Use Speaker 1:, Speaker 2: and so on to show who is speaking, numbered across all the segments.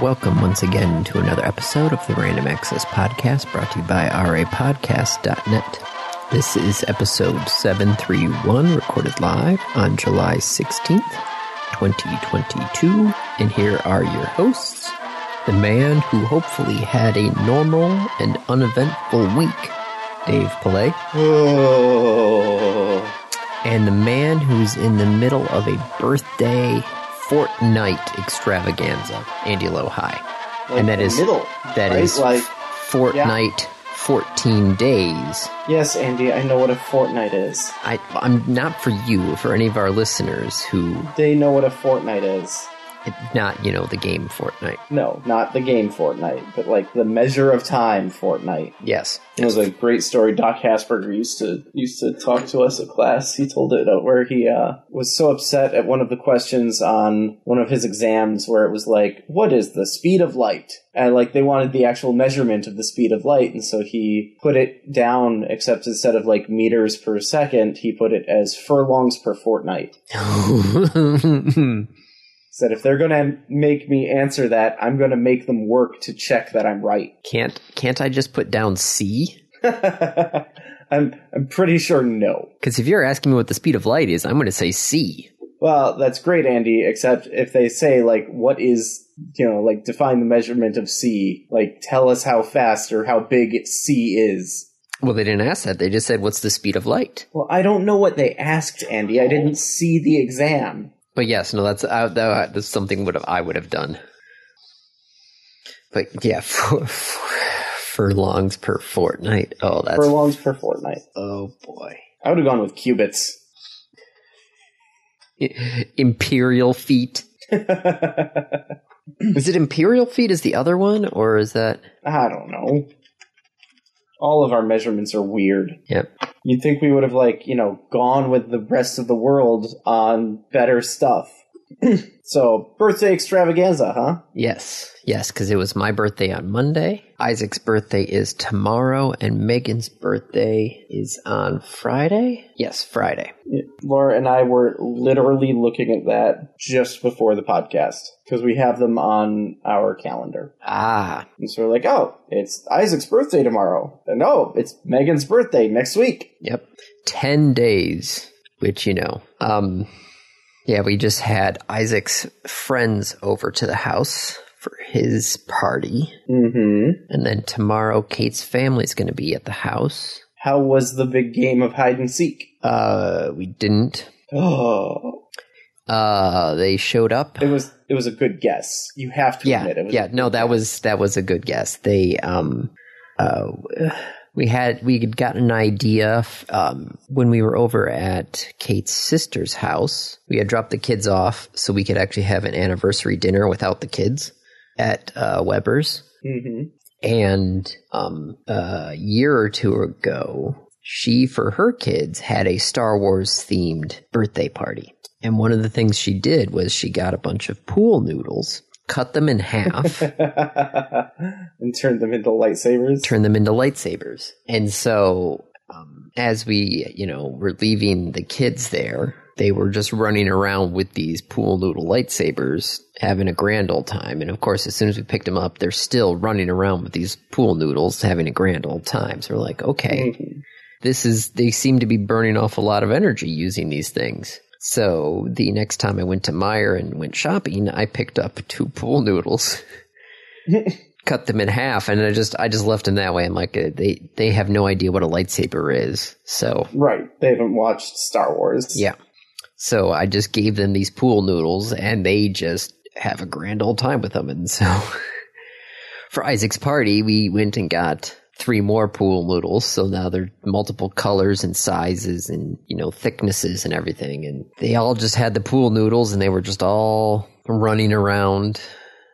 Speaker 1: Welcome once again to another episode of the Random Access Podcast brought to you by rapodcast.net. This is episode 731, recorded live on July 16th, 2022. And here are your hosts the man who hopefully had a normal and uneventful week, Dave Pillay,
Speaker 2: Oh.
Speaker 1: and the man who's in the middle of a birthday fortnight extravaganza, Andy Lohi.
Speaker 2: Like
Speaker 1: and that
Speaker 2: the
Speaker 1: is
Speaker 2: middle,
Speaker 1: that
Speaker 2: right?
Speaker 1: is
Speaker 2: like
Speaker 1: Fortnite 14 days.
Speaker 2: yes, Andy. I know what a fortnight is.
Speaker 1: I, I'm not for you, for any of our listeners who
Speaker 2: They know what a fortnight is.
Speaker 1: not, you know, the game Fortnite.
Speaker 2: No, not the game Fortnite, but like the measure of time Fortnite.
Speaker 1: Yes.
Speaker 2: It was a great story Doc Hasberger used to used to talk to us at class. He told it uh, where he uh, was so upset at one of the questions on one of his exams where it was like, "What is the speed of light?" And like they wanted the actual measurement of the speed of light, and so he put it down. Except instead of like meters per second, he put it as furlongs per fortnight. Said if they're going to make me answer that, I'm going to make them work to check that I'm right.
Speaker 1: can't can't I just put down C?
Speaker 2: I'm I'm pretty sure no.
Speaker 1: Because if you're asking me what the speed of light is, I'm going to say C.
Speaker 2: Well, that's great, Andy, except if they say, like, what is, you know, like, define the measurement of C, like, tell us how fast or how big C is.
Speaker 1: Well, they didn't ask that. They just said, "What's the speed of light?"
Speaker 2: Well, I don't know what they asked, Andy. I didn't see the exam.
Speaker 1: But yes, no, that's uh, that, that's something would have I would have done. But yeah, for, for, furlongs per fortnight. Oh, that's
Speaker 2: Furlongs per fortnight.
Speaker 1: oh boy,
Speaker 2: I would have gone with cubits.
Speaker 1: imperial feet.
Speaker 2: I
Speaker 1: Is it imperial feet? Is the other one, or is that?
Speaker 2: don't know. All of our measurements are weird.
Speaker 1: Yep.
Speaker 2: You'd think we would have, like, you know, gone with the rest of the world on better stuff. so, birthday extravaganza, huh?
Speaker 1: Yes, yes, because it was my birthday on Monday. Isaac's birthday is tomorrow, and Megan's birthday is on Friday. Yes, Friday.
Speaker 2: Yeah. Laura and I were literally looking at that just before the podcast because we have them on our calendar.
Speaker 1: Ah,
Speaker 2: And so we're like, oh, it's Isaac's birthday tomorrow. And oh, it's Megan's birthday next week.
Speaker 1: yep. Ten days, which you know, um, yeah, we just had Isaac's friends over to the house for his party,
Speaker 2: Mm hmm.
Speaker 1: and then tomorrow Kate's family's going to be at the house.
Speaker 2: How was the big game of hide and seek?
Speaker 1: Uh, we didn't.
Speaker 2: Oh,
Speaker 1: Uh, they showed up.
Speaker 2: it was it was a good guess. You have to
Speaker 1: yeah,
Speaker 2: admit it was.
Speaker 1: yeah. No, that was that was a good guess. They um, uh, we had we had gotten an idea f- um when we were over at Kate's sister's house. We had dropped the kids off so we could actually have an anniversary dinner without the kids at uh, Weber's.
Speaker 2: hmm
Speaker 1: And um, a year or two ago, she, for her kids, had a Star Wars themed birthday party. And one of the things she did was she got a bunch of pool noodles, cut them in half,
Speaker 2: Mm-hmm. and turned them into lightsabers.
Speaker 1: turned them into lightsabers. And so, um, as we, you know, were leaving the kids there, they were just running around with these pool noodle lightsabers, having a grand old time. And of course, as soon as we picked them up, they're still running around with these pool noodles, having a grand old time. So we're like, okay,
Speaker 2: Mhm.
Speaker 1: this is, they seem to be burning off a lot of energy using these things. So the next time I went to Meyer and went shopping, I picked up two pool noodles cut them in half and I just I just left them that way. I'm like uh, they they have no idea what a lightsaber is. So
Speaker 2: right. They haven't watched Star Wars.
Speaker 1: yeah. So I just gave them these pool noodles and they just have a grand old time with them and so for Isaac's party we went and got three more pool noodles so now they're multiple colors and sizes and you know thicknesses and everything and they all just had the pool noodles and they were just all running around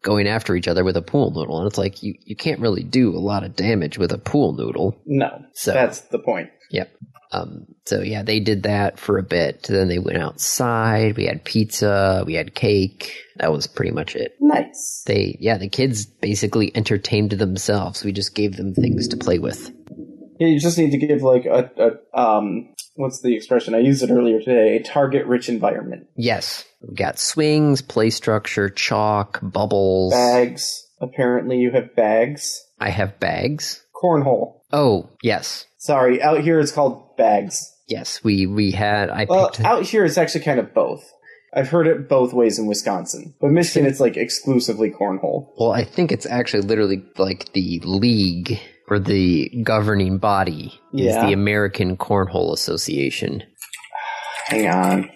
Speaker 1: going after each other with a pool noodle and it's like you, you can't really do a lot of damage with a pool noodle
Speaker 2: No,
Speaker 1: so
Speaker 2: that's the point.
Speaker 1: Yep. Um, so yeah, they did that for a bit. Then they went outside. We had pizza. We had cake. That was pretty much it.
Speaker 2: Nice.
Speaker 1: They, yeah, the kids basically entertained themselves. We just gave them things to play with.
Speaker 2: Yeah, you just need to give like a, a um what's the expression I used it earlier today? A target rich environment.
Speaker 1: Yes. We've got swings, play structure, chalk, bubbles.
Speaker 2: Bags. Apparently, you have bags.
Speaker 1: I have bags.
Speaker 2: Cornhole.
Speaker 1: Oh, yes.
Speaker 2: Sorry, out here it's called bags.
Speaker 1: Yes, we we had I
Speaker 2: Well,
Speaker 1: picked
Speaker 2: out here it's actually kind of both. I've heard it both ways in Wisconsin, but Michigan it's like exclusively cornhole.
Speaker 1: Well, I think it's actually literally like the league or the governing body is
Speaker 2: Yeah.
Speaker 1: the American Cornhole Association.
Speaker 2: Hang on.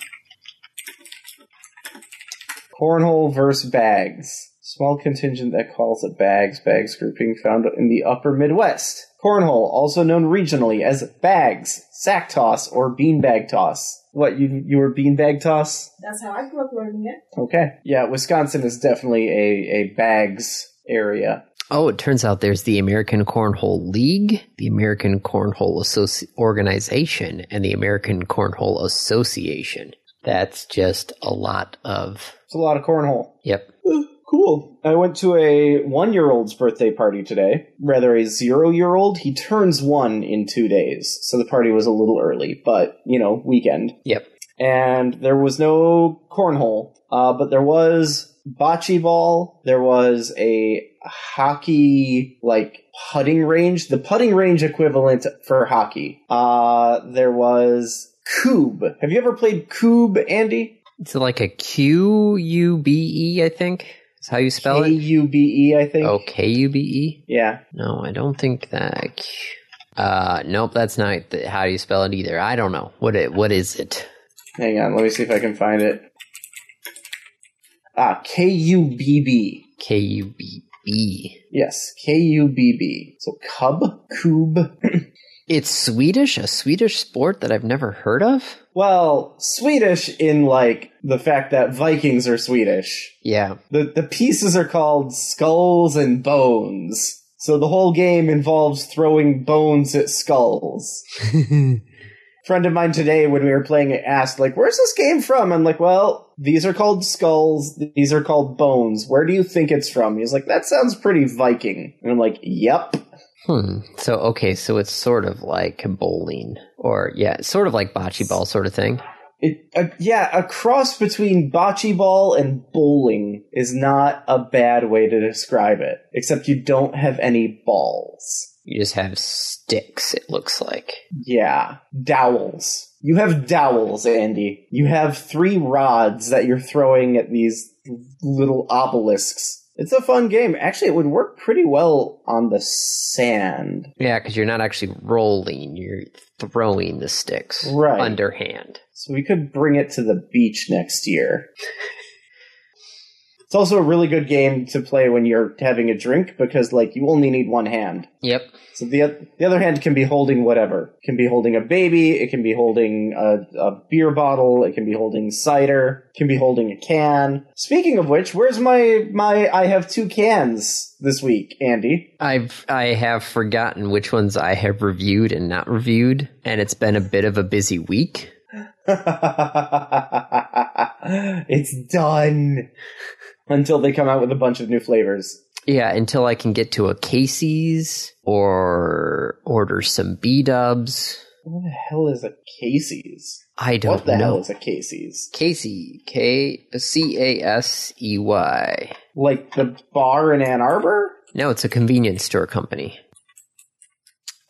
Speaker 2: Cornhole versus bags. Small contingent that calls it bags. Bags grouping found in the upper Midwest. Cornhole, also known regionally as bags, sack toss, or beanbag toss. What, you, you were beanbag toss?
Speaker 3: That's how I grew up learning it.
Speaker 2: Okay. Yeah, Wisconsin is definitely a, a bags area.
Speaker 1: Oh, it turns out there's the American Cornhole League, the American Cornhole Associ- Organization, and the American Cornhole Association. That's just a lot of.
Speaker 2: It's a lot of cornhole.
Speaker 1: Yep.
Speaker 2: Cool. I went to a one year old's birthday party today, rather, a zero year old. He turns one in two days, so the party was a little early, but, you know, weekend.
Speaker 1: Yep.
Speaker 2: And there was no cornhole, uh, but there was bocce ball, there was a hockey, like, putting range, the putting range equivalent for hockey. Uh, there was cube. Have you ever played cube, Andy?
Speaker 1: It's like a Q U B E, I think. Is how you spell
Speaker 2: K
Speaker 1: it?
Speaker 2: U B E, I think.
Speaker 1: Oh, K U B E?
Speaker 2: Yeah.
Speaker 1: No, I don't think that. Uh, nope, that's not the, how do you spell it either. I don't know what it. What is it?
Speaker 2: Hang on, let me see if I can find it. Ah, K U B B.
Speaker 1: K U B E. B.
Speaker 2: Yes, K U B B. So cub, cube.
Speaker 1: It's Swedish, a Swedish sport that I've never heard of.
Speaker 2: Well, Swedish in like the fact that Vikings are Swedish.
Speaker 1: Yeah,
Speaker 2: The the pieces are called skulls and bones. So the whole game involves throwing bones at skulls. friend of mine today when we were playing it asked like where's this game from i'm like well these are called skulls these are called bones where do you think it's from he's like that sounds pretty viking and i'm like yep
Speaker 1: Hmm. So okay, so it's sort of like bowling, or yeah, it's sort of like bocce ball, sort of thing.
Speaker 2: it, uh, yeah a cross between bocce ball and bowling is not a bad way to describe it except you don't have any balls
Speaker 1: You just have sticks. It looks like.
Speaker 2: yeah dowels you have dowels andy you have three rods that you're throwing at these little obelisks. It's a fun game. Actually, it would work pretty well on the sand.
Speaker 1: Yeah, because you're not actually rolling; you're throwing the sticks
Speaker 2: Right.
Speaker 1: underhand.
Speaker 2: So we could bring it to the beach next year. It's also a really good game to play when you're having a drink because, like, you only need one hand.
Speaker 1: Yep.
Speaker 2: So the oth- the other hand can be holding whatever. It can be holding a baby. It can be holding a, a beer bottle. It can be holding cider. It can be holding a can. Speaking of which, where's my my? I have two cans this week, Andy.
Speaker 1: I've I have forgotten which ones I have reviewed and not reviewed, and it's been a bit of a busy week.
Speaker 2: it's done until they come out with a bunch of new flavors.
Speaker 1: Yeah, until I can get to a Casey's or order some B dubs.
Speaker 2: What the hell is a Casey's?
Speaker 1: I don't
Speaker 2: What the
Speaker 1: know.
Speaker 2: hell is a Casey's?
Speaker 1: Casey K C A S E Y.
Speaker 2: Like the bar in Ann Arbor?
Speaker 1: No, it's a convenience store company.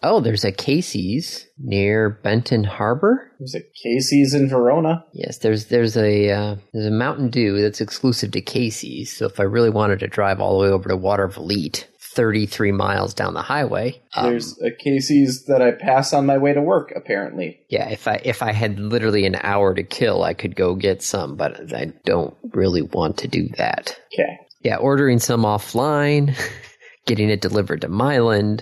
Speaker 1: Oh, there's a Casey's near Benton Harbor.
Speaker 2: There's a Casey's in Verona.
Speaker 1: Yes, there's there's a uh, there's a Mountain Dew that's exclusive to Casey's. So if I really wanted to drive all the way over to Water Valete, 33 miles down the highway, um,
Speaker 2: There's a Casey's that I pass on my way to work, apparently.
Speaker 1: yeah, if I if I had literally an hour to kill, I could go get some, but I don't really want to do that.
Speaker 2: Okay.
Speaker 1: Yeah, ordering some offline, getting it delivered to Myland,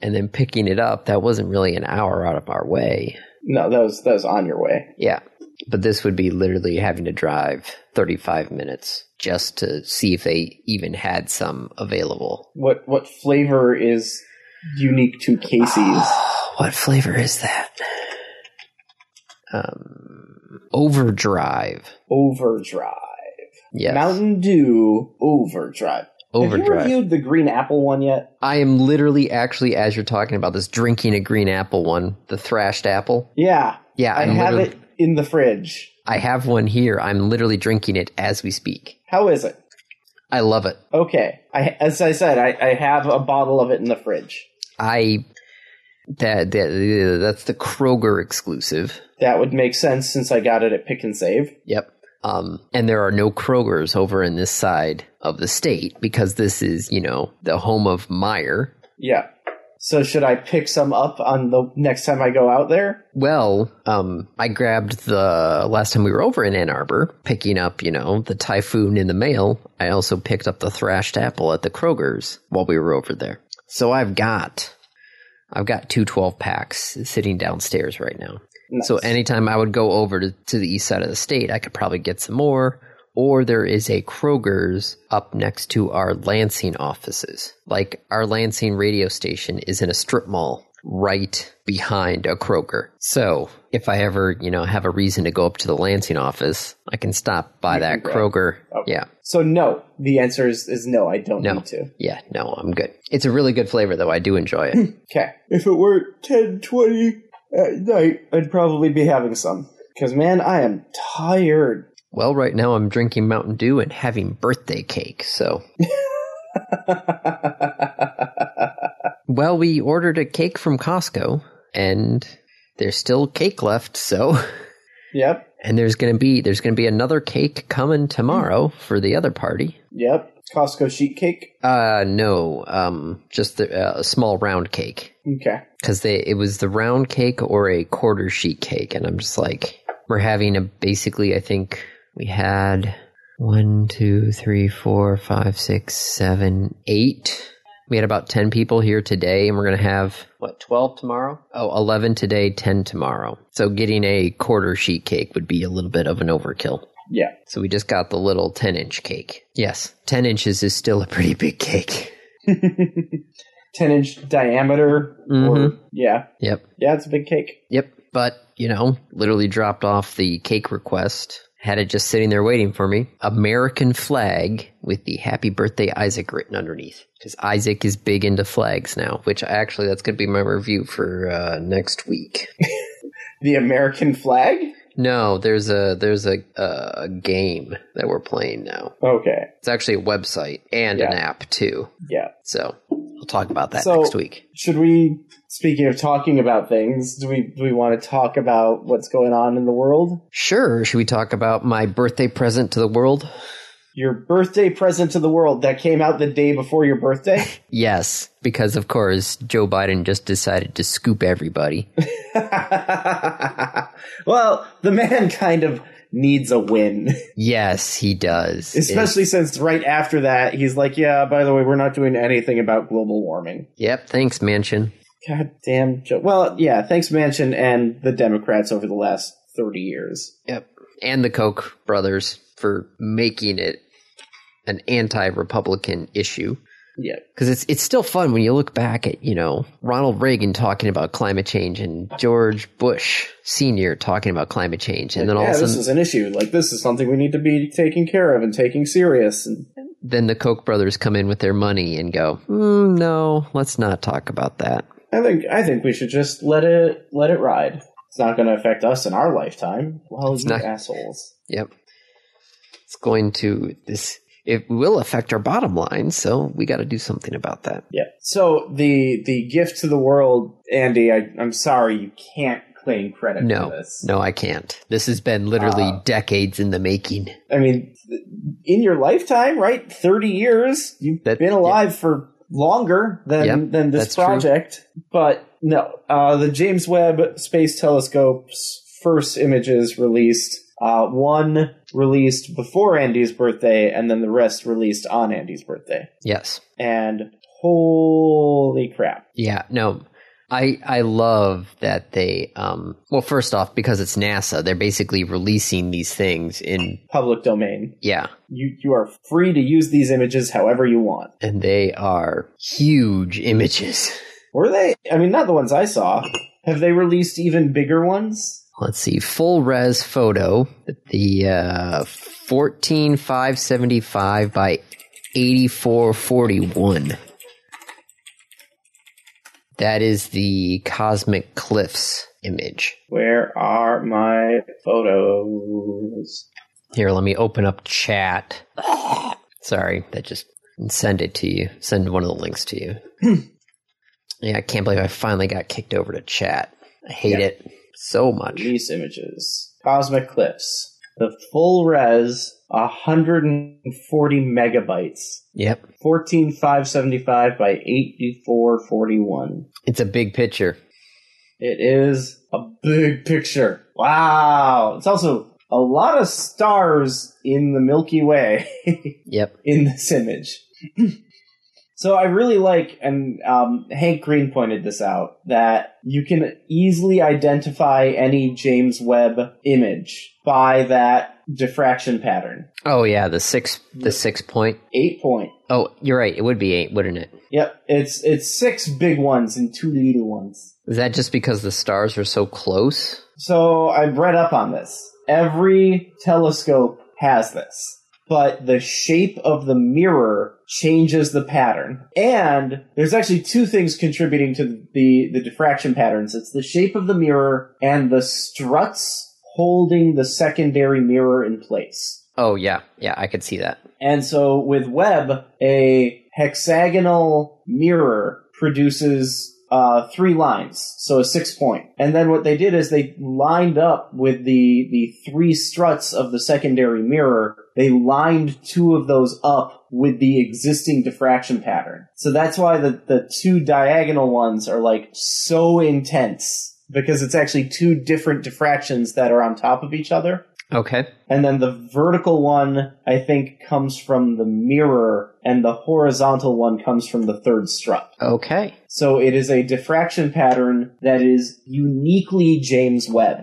Speaker 1: and then picking it up. That wasn't really an hour out of our way.
Speaker 2: No, that was that was on your way.
Speaker 1: Yeah. But this would be literally having to drive 35 minutes just to see if they even had some available.
Speaker 2: What what flavor is unique to Casey's?
Speaker 1: Ah. What flavor is that? Um, overdrive.
Speaker 2: Overdrive.
Speaker 1: Yes.
Speaker 2: Mountain Dew Overdrive. Have you
Speaker 1: Overdrive.
Speaker 2: reviewed the green apple one yet?
Speaker 1: I am literally, actually, as you're talking about this, drinking a green apple one, the thrashed apple.
Speaker 2: Yeah,
Speaker 1: Yeah,
Speaker 2: I
Speaker 1: I'm
Speaker 2: have
Speaker 1: literally-
Speaker 2: it in the fridge.
Speaker 1: I have one here. I'm literally drinking it as we speak.
Speaker 2: How is it?
Speaker 1: I love it.
Speaker 2: Okay, I, as I said, I, I have a bottle of it in the fridge.
Speaker 1: I that that that's the Kroger exclusive.
Speaker 2: That would make sense since I got it at Pick and Save.
Speaker 1: Yep. Um, and there are no Krogers over in this side of the state because this is, you know, the home of Meyer.
Speaker 2: Yeah. So should I pick some up on the next time I go out there?
Speaker 1: Well, um, I grabbed the last time we were over in Ann Arbor, picking up, you know, the typhoon in the mail. I also picked up the thrashed apple at the Kroger's while we were over there. So I've got, I've got two 12 packs sitting downstairs right now.
Speaker 2: Nice.
Speaker 1: So anytime I would go over to, to the east side of the state, I could probably get some more. Or there is a Kroger's up next to our Lansing offices. Like our Lansing radio station is in a strip mall right behind a Kroger. So if I ever, you know, have a reason to go up to the Lansing office, I can stop by
Speaker 2: You can
Speaker 1: that
Speaker 2: grab-
Speaker 1: Kroger.
Speaker 2: Oh.
Speaker 1: Yeah.
Speaker 2: So no, the answer is, is no. I don't
Speaker 1: No.
Speaker 2: need to.
Speaker 1: Yeah. No, I'm good. It's a really good flavor though. I do enjoy it.
Speaker 2: Okay. If it were ten twenty at night, I'd probably be having some. Because man, I am tired.
Speaker 1: well, right now I'm drinking Mountain Dew and having birthday cake. So Well, we ordered a cake from Costco, and there's still cake left. So,
Speaker 2: yep.
Speaker 1: and there's gonna be there's gonna be another cake coming tomorrow for the other party.
Speaker 2: Yep. Costco sheet cake.
Speaker 1: Uh, no, um, just the, uh, a small round cake
Speaker 2: Okay.
Speaker 1: because they it was the round cake or a quarter sheet cake, and I'm just like we're having a basically I think we had one two three four five six seven eight. We had about 10 people here today, and we're going to have, what, 12 tomorrow? Oh, 11 today, 10 tomorrow. So getting a quarter sheet cake would be a little bit of an overkill.
Speaker 2: Yeah.
Speaker 1: So we just got the little 10 inch cake. Yes, 10 inches is still a pretty big cake.
Speaker 2: Ten inch diameter. Or,
Speaker 1: Mhm.
Speaker 2: yeah.
Speaker 1: Yep.
Speaker 2: Yeah, it's a big cake.
Speaker 1: Yep. But, you know, literally dropped off the cake request, had it just sitting there waiting for me. American flag with the happy birthday Isaac written underneath. Because Isaac is big into flags now, which actually that's going to be my review for uh, next week.
Speaker 2: The American flag.
Speaker 1: No, there's a there's a, a game that we're playing now.
Speaker 2: Okay.
Speaker 1: It's actually a website and an
Speaker 2: Yeah.
Speaker 1: app too.
Speaker 2: Yeah.
Speaker 1: So I'll talk about that
Speaker 2: So-
Speaker 1: next week.
Speaker 2: Should we? Speaking of talking about things, do we do we want to talk about what's going on in the world?
Speaker 1: Sure. Should we talk about my birthday present to the world?
Speaker 2: Your birthday present to the world that came out the day before your birthday.
Speaker 1: Yes, because of course Joe Biden just decided to scoop everybody.
Speaker 2: well, the man kind of needs a win,
Speaker 1: yes, he does.
Speaker 2: especially since right after that he's like, "Yeah, by the way, we're not doing anything about global warming."
Speaker 1: yep. Thanks, Mansion.
Speaker 2: God damn. Joe. Well, yeah, thanks Mansion and the Democrats over the last 30 years.
Speaker 1: Yep. And the Koch brothers for making it an anti-Republican issue.
Speaker 2: Yeah.
Speaker 1: because it's it's still fun when you look back at you know Ronald Reagan talking about climate change and George Bush Senior talking about climate change, and then all
Speaker 2: yeah,
Speaker 1: of a
Speaker 2: this
Speaker 1: sudden,
Speaker 2: is an issue. Like this is something we need to be taking care of and taking serious and
Speaker 1: then the Koch brothers come in with their money and go, mm, no, let's not talk about that.
Speaker 2: I think I think we should just let it let it ride. It's not going to affect us in our lifetime. Well, you
Speaker 1: not-
Speaker 2: assholes.
Speaker 1: Yep, it's going to this. It will affect our bottom line, so we got to do something about that.
Speaker 2: Yeah. So the the gift to the world, Andy. I, I'm sorry you can't claim credit
Speaker 1: No,
Speaker 2: for this.
Speaker 1: no, I can't. This has been literally
Speaker 2: Uh,
Speaker 1: decades in the making.
Speaker 2: I mean, th- in your lifetime, right? Thirty years. You've
Speaker 1: That-
Speaker 2: been alive for longer than
Speaker 1: Yeah,
Speaker 2: than
Speaker 1: that's
Speaker 2: this
Speaker 1: true.
Speaker 2: project. But no, uh, the James Webb Space Telescope's first images released. Uh, one released before Andy's birthday, and then the rest released on Andy's birthday.
Speaker 1: Yes.
Speaker 2: And holy crap!
Speaker 1: Yeah, no. I I love that they um well first off because it's NASA, they're basically releasing these things in
Speaker 2: Public domain.
Speaker 1: yeah,
Speaker 2: You you are free to use these images however you want.
Speaker 1: and they are huge images.
Speaker 2: Were they? I mean, not the ones I saw. Have they released even bigger ones?
Speaker 1: Let's see, full res photo, the uh 14575 by 8441. That is the Cosmic Cliffs image.
Speaker 2: Where are my photos?
Speaker 1: Here, let me open up chat. Sorry, that just and send it to you. Send one of the links to you. yeah, I can't believe I finally got kicked over to chat. I hate
Speaker 2: Yeah.
Speaker 1: it so much.
Speaker 2: Release images. Cosmic Cliffs. The full res, 140 megabytes.
Speaker 1: Yep.
Speaker 2: 14575 by 8441.
Speaker 1: It's a big picture.
Speaker 2: It is a big picture. Wow. It's also a lot of stars in the Milky Way.
Speaker 1: Yep.
Speaker 2: in this image. so I really like, and um, Hank Green pointed this out, that you can easily identify any James Webb image by that diffraction pattern.
Speaker 1: Oh yeah, the six the six point.
Speaker 2: Eight point.
Speaker 1: Oh, you're right. It would be eight, wouldn't it?
Speaker 2: Yep, it's it's six big ones and two little ones.
Speaker 1: Is that just because the stars are so close?
Speaker 2: So I've read up on this. Every telescope has this, but the shape of the mirror changes the pattern. And there's actually two things contributing to the, the diffraction patterns. It's the shape of the mirror and the struts holding the secondary mirror in place.
Speaker 1: Oh yeah, yeah, I could see that.
Speaker 2: And so with Webb, a hexagonal mirror produces uh, three lines, so a six point. And then what they did is they lined up with the the three struts of the secondary mirror. They lined two of those up with the existing diffraction pattern. So that's why the, the two diagonal ones are like so intense because it's actually two different diffractions that are on top of each other.
Speaker 1: Okay.
Speaker 2: And then the vertical one, I think, comes from the mirror, and the horizontal one comes from the third strut.
Speaker 1: Okay.
Speaker 2: So it is a diffraction pattern that is uniquely James Webb.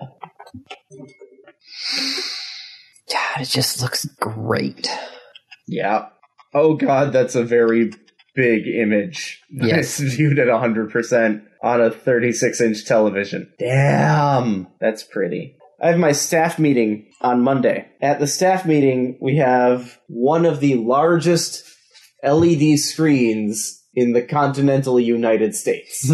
Speaker 1: God, it just looks great.
Speaker 2: Yeah. Oh, God, that's a very big image.
Speaker 1: Yes.
Speaker 2: It's viewed at 100% on a 36 inch television. Damn. That's pretty. I have my staff meeting on Monday. At the staff meeting, we have one of the largest LED screens in the continental United States.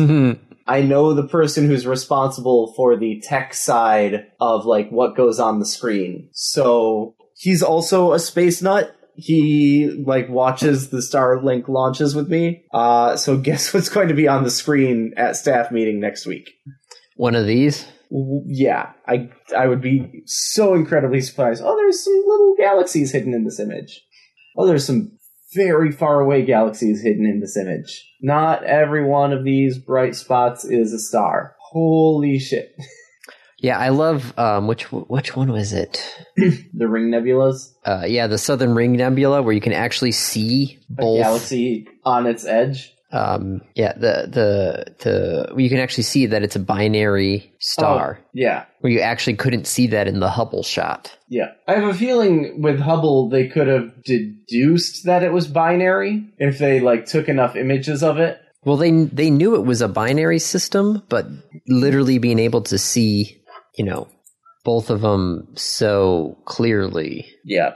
Speaker 2: I know the person who's responsible for the tech side of like what goes on the screen. So he's also a space nut. He like watches the Starlink launches with me. Uh, so guess what's going to be on the screen at staff meeting next week?
Speaker 1: One of these.
Speaker 2: W- Yeah, I I would be so incredibly surprised. Oh, there's some little galaxies hidden in this image. Oh, there's some very far away galaxies hidden in this image. Not every one of these bright spots is a star. Holy shit.
Speaker 1: Yeah, I love um which which one was it?
Speaker 2: The ring nebulas,
Speaker 1: Uh yeah, the Southern Ring Nebula where you can actually see
Speaker 2: a
Speaker 1: both
Speaker 2: galaxy on its edge.
Speaker 1: um yeah, the the the where you can actually see that it's a binary star.
Speaker 2: Yeah.
Speaker 1: Where you actually couldn't see that in the Hubble shot.
Speaker 2: Yeah. I have a feeling with Hubble they could have deduced that it was binary if they like took enough images of it.
Speaker 1: Well, they they knew it was a binary system, but literally being able to see, you know, both of them so clearly.
Speaker 2: Yeah.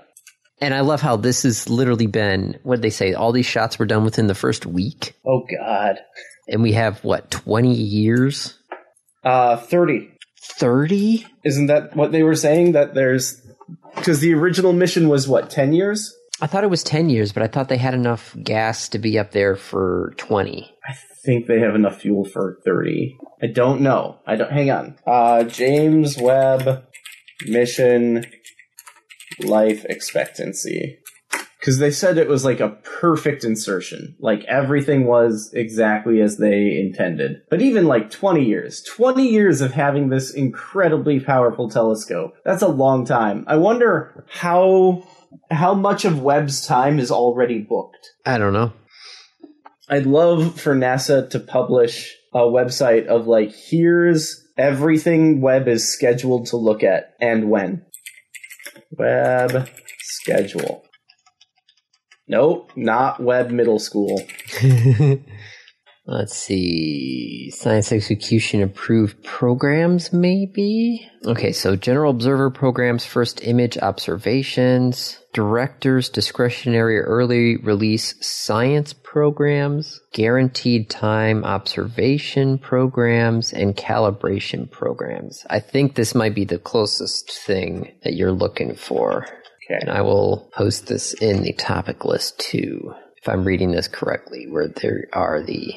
Speaker 1: And I love how this has literally been what did they say all these shots were done within the first week,
Speaker 2: Oh god.
Speaker 1: and we have what twenty years,
Speaker 2: Uh 30
Speaker 1: thirty.
Speaker 2: Isn't that what they were saying? That there's because the original mission was what ten years.
Speaker 1: I thought it was ten years, but I thought they had enough gas to be up there for twenty.
Speaker 2: I think they have enough fuel for thirty. I don't know. I don't. Hang on. Uh, James Webb mission life expectancy because they said it was like a perfect insertion. Like everything was exactly as they intended. But even like twenty years, twenty years of having this incredibly powerful telescope. That's a long time. I wonder how how much of Webb's time is already booked.
Speaker 1: I don't know.
Speaker 2: I'd love for NASA to publish a website of like, here's everything Webb is scheduled to look at and when. Web schedule. Nope, not Webb Middle School.
Speaker 1: Let's see. Science execution approved programs, maybe? Okay, so general observer programs, first image observations, director's discretionary early release science programs, guaranteed time observation programs, and calibration programs. I think this might be the closest thing that you're looking for.
Speaker 2: Okay.
Speaker 1: And I will post this in the topic list too, if I'm reading this correctly, where there are the.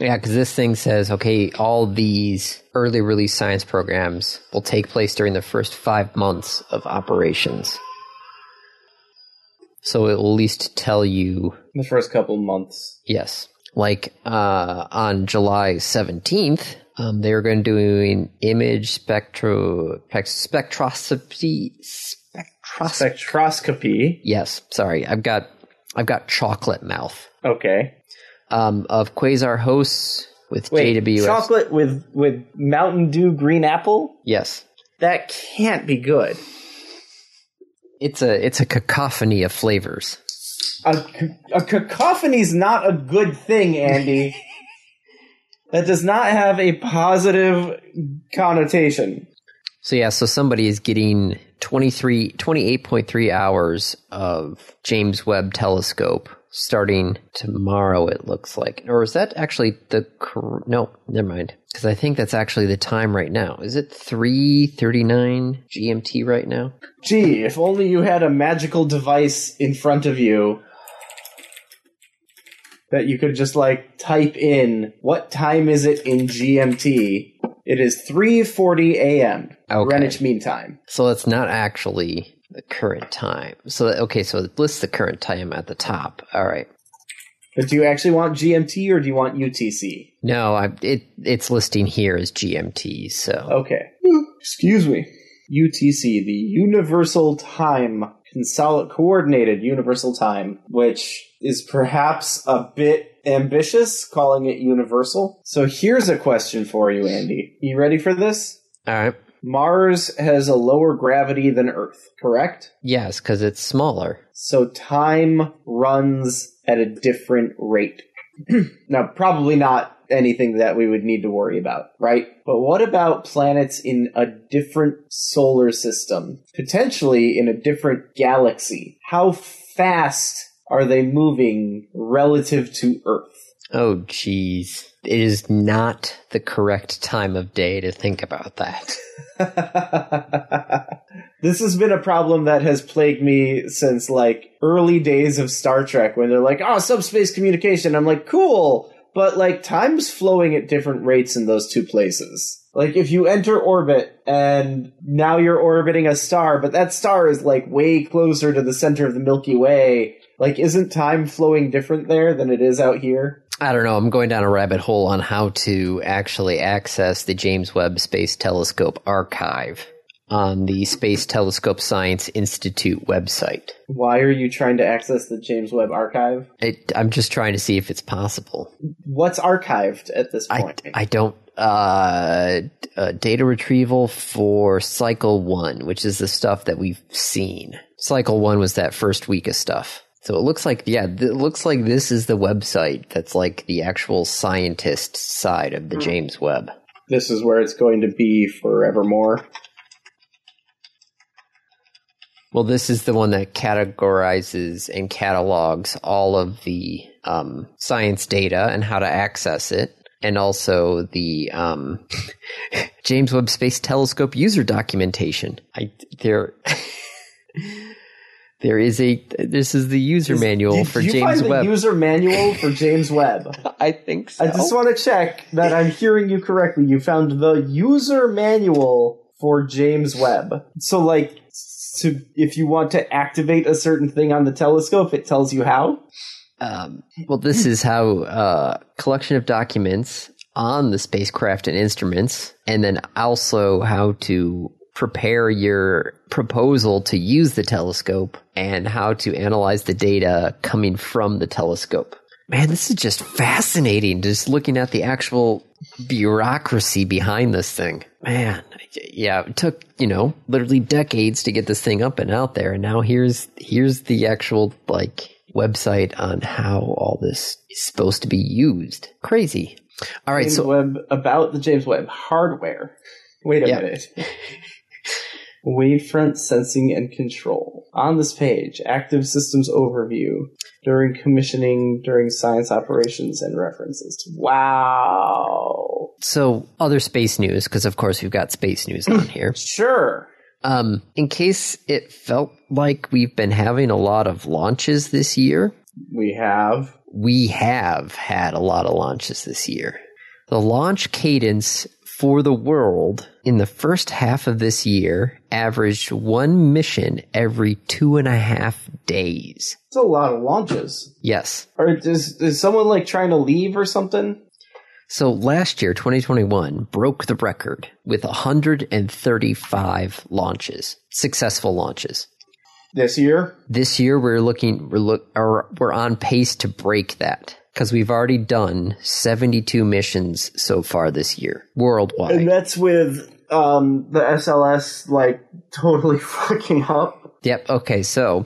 Speaker 1: Yeah, because this thing says, okay, all these early release science programs will take place during the first five months of operations. So it will at least tell you,
Speaker 2: the first couple months.
Speaker 1: yes. Like uh, on July 17th, um, they were going to do an image spectro, spectroscopy, spectroscopy.
Speaker 2: Spectroscopy.
Speaker 1: Yes, sorry. I've got I've got chocolate mouth.
Speaker 2: Okay.
Speaker 1: Um, of quasar hosts with
Speaker 2: Wait,
Speaker 1: JWS.
Speaker 2: chocolate with with Mountain Dew green apple?
Speaker 1: yes.
Speaker 2: That can't be good.
Speaker 1: It's a it's a cacophony of flavors.
Speaker 2: A, c- a cacophony's not a good thing, Andy. that does not have a positive connotation.
Speaker 1: So yeah, so somebody is getting 23 28.3 hours of James Webb telescope starting tomorrow it looks like. Or is that actually the cor- no, never mind. Cuz I think that's actually the time right now. Is it 3:39 GMT right now?
Speaker 2: Gee, if only you had a magical device in front of you that you could just like type in what time is it in GMT? It is 3:40 a.m.
Speaker 1: Okay.
Speaker 2: Greenwich Mean Time.
Speaker 1: So that's not actually the current time. So that, okay, so it lists the current time at the top. All right.
Speaker 2: But do you actually want GMT or do you want UTC?
Speaker 1: No, I, it it's listing here as GMT. So
Speaker 2: Okay. Excuse me. UTC, the Universal Time Consol- Coordinated Universal Time, which is perhaps a bit ambitious calling it universal. So here's a question for you, Andy. You ready for this?
Speaker 1: all right,
Speaker 2: Mars has a lower gravity than Earth, correct?
Speaker 1: yes, because it's smaller.
Speaker 2: So time runs at a different rate. now, probably not anything that we would need to worry about, right? But what about planets in a different solar system? Potentially in a different galaxy? How fast are they moving relative to Earth?
Speaker 1: Oh, jeez, it is not the correct time of day to think about that.
Speaker 2: this has been a problem that has plagued me since like early days of Star Trek when they're like, oh, subspace communication. I'm like, cool, but like time's flowing at different rates in those two places. Like if you enter orbit and now you're orbiting a star, but that star is like way closer to the center of the Milky Way. Like, isn't time flowing different there than it is out here?
Speaker 1: I don't know. I'm going down a rabbit hole on how to actually access the James Webb Space Telescope archive on the Space Telescope Science Institute website.
Speaker 2: Why are you trying to access the James Webb archive?
Speaker 1: It, I'm just trying to see if it's possible.
Speaker 2: What's archived at this
Speaker 1: I,
Speaker 2: point?
Speaker 1: I don't. Uh, uh, data retrieval for cycle one, which is the stuff that we've seen. Cycle one was that first week of stuff. So it looks like, yeah, th- it looks like this is the website that's like the actual scientist side of the
Speaker 2: Hmm.
Speaker 1: James Webb.
Speaker 2: this is where it's going to be forevermore.
Speaker 1: Well, this is the one that categorizes and catalogs all of the um, science data and how to access it, and also the um, James Webb Space Telescope user documentation. I there. There is a. This is the user manual
Speaker 2: Did
Speaker 1: for
Speaker 2: you
Speaker 1: James
Speaker 2: find
Speaker 1: Webb.
Speaker 2: the user manual for James Webb?
Speaker 1: I think so.
Speaker 2: I just want to check that I'm hearing you correctly. You found the user manual for James Webb. So, like, to, if you want to activate a certain thing on the telescope, it tells you how.
Speaker 1: Um, well, this is how uh, collection of documents on the spacecraft and instruments, and then also how to prepare your proposal to use the telescope and how to analyze the data coming from the telescope. Man, this is just fascinating. Just looking at the actual bureaucracy behind this thing. Man, I- yeah, it took you know literally decades to get this thing up and out there, and now here's here's the actual like website on how all this is supposed to be used. Crazy. All right,
Speaker 2: James
Speaker 1: so
Speaker 2: Webb about the James Webb hardware. Wait a
Speaker 1: Yeah.
Speaker 2: minute. Wavefront sensing and control. On this page, active systems overview during commissioning, during science operations, and references. Wow.
Speaker 1: so other space news because of course we've got space news on here.
Speaker 2: Sure.
Speaker 1: Um, in case it felt like we've been having a lot of launches this year,
Speaker 2: We have.
Speaker 1: we have had a lot of launches this year. The launch cadence for the world in the first half of this year averaged one mission every two and a half days.
Speaker 2: It's a lot of launches.
Speaker 1: Yes.
Speaker 2: Or is, is someone like trying to leave or something?
Speaker 1: So last year, 2021, broke the record with 135 launches, successful launches.
Speaker 2: This year?
Speaker 1: this year we're looking we're look or we're on pace to break that because we've already done 72 missions so far this year worldwide
Speaker 2: And that's with um, the SLS like totally fucking up.
Speaker 1: yep okay so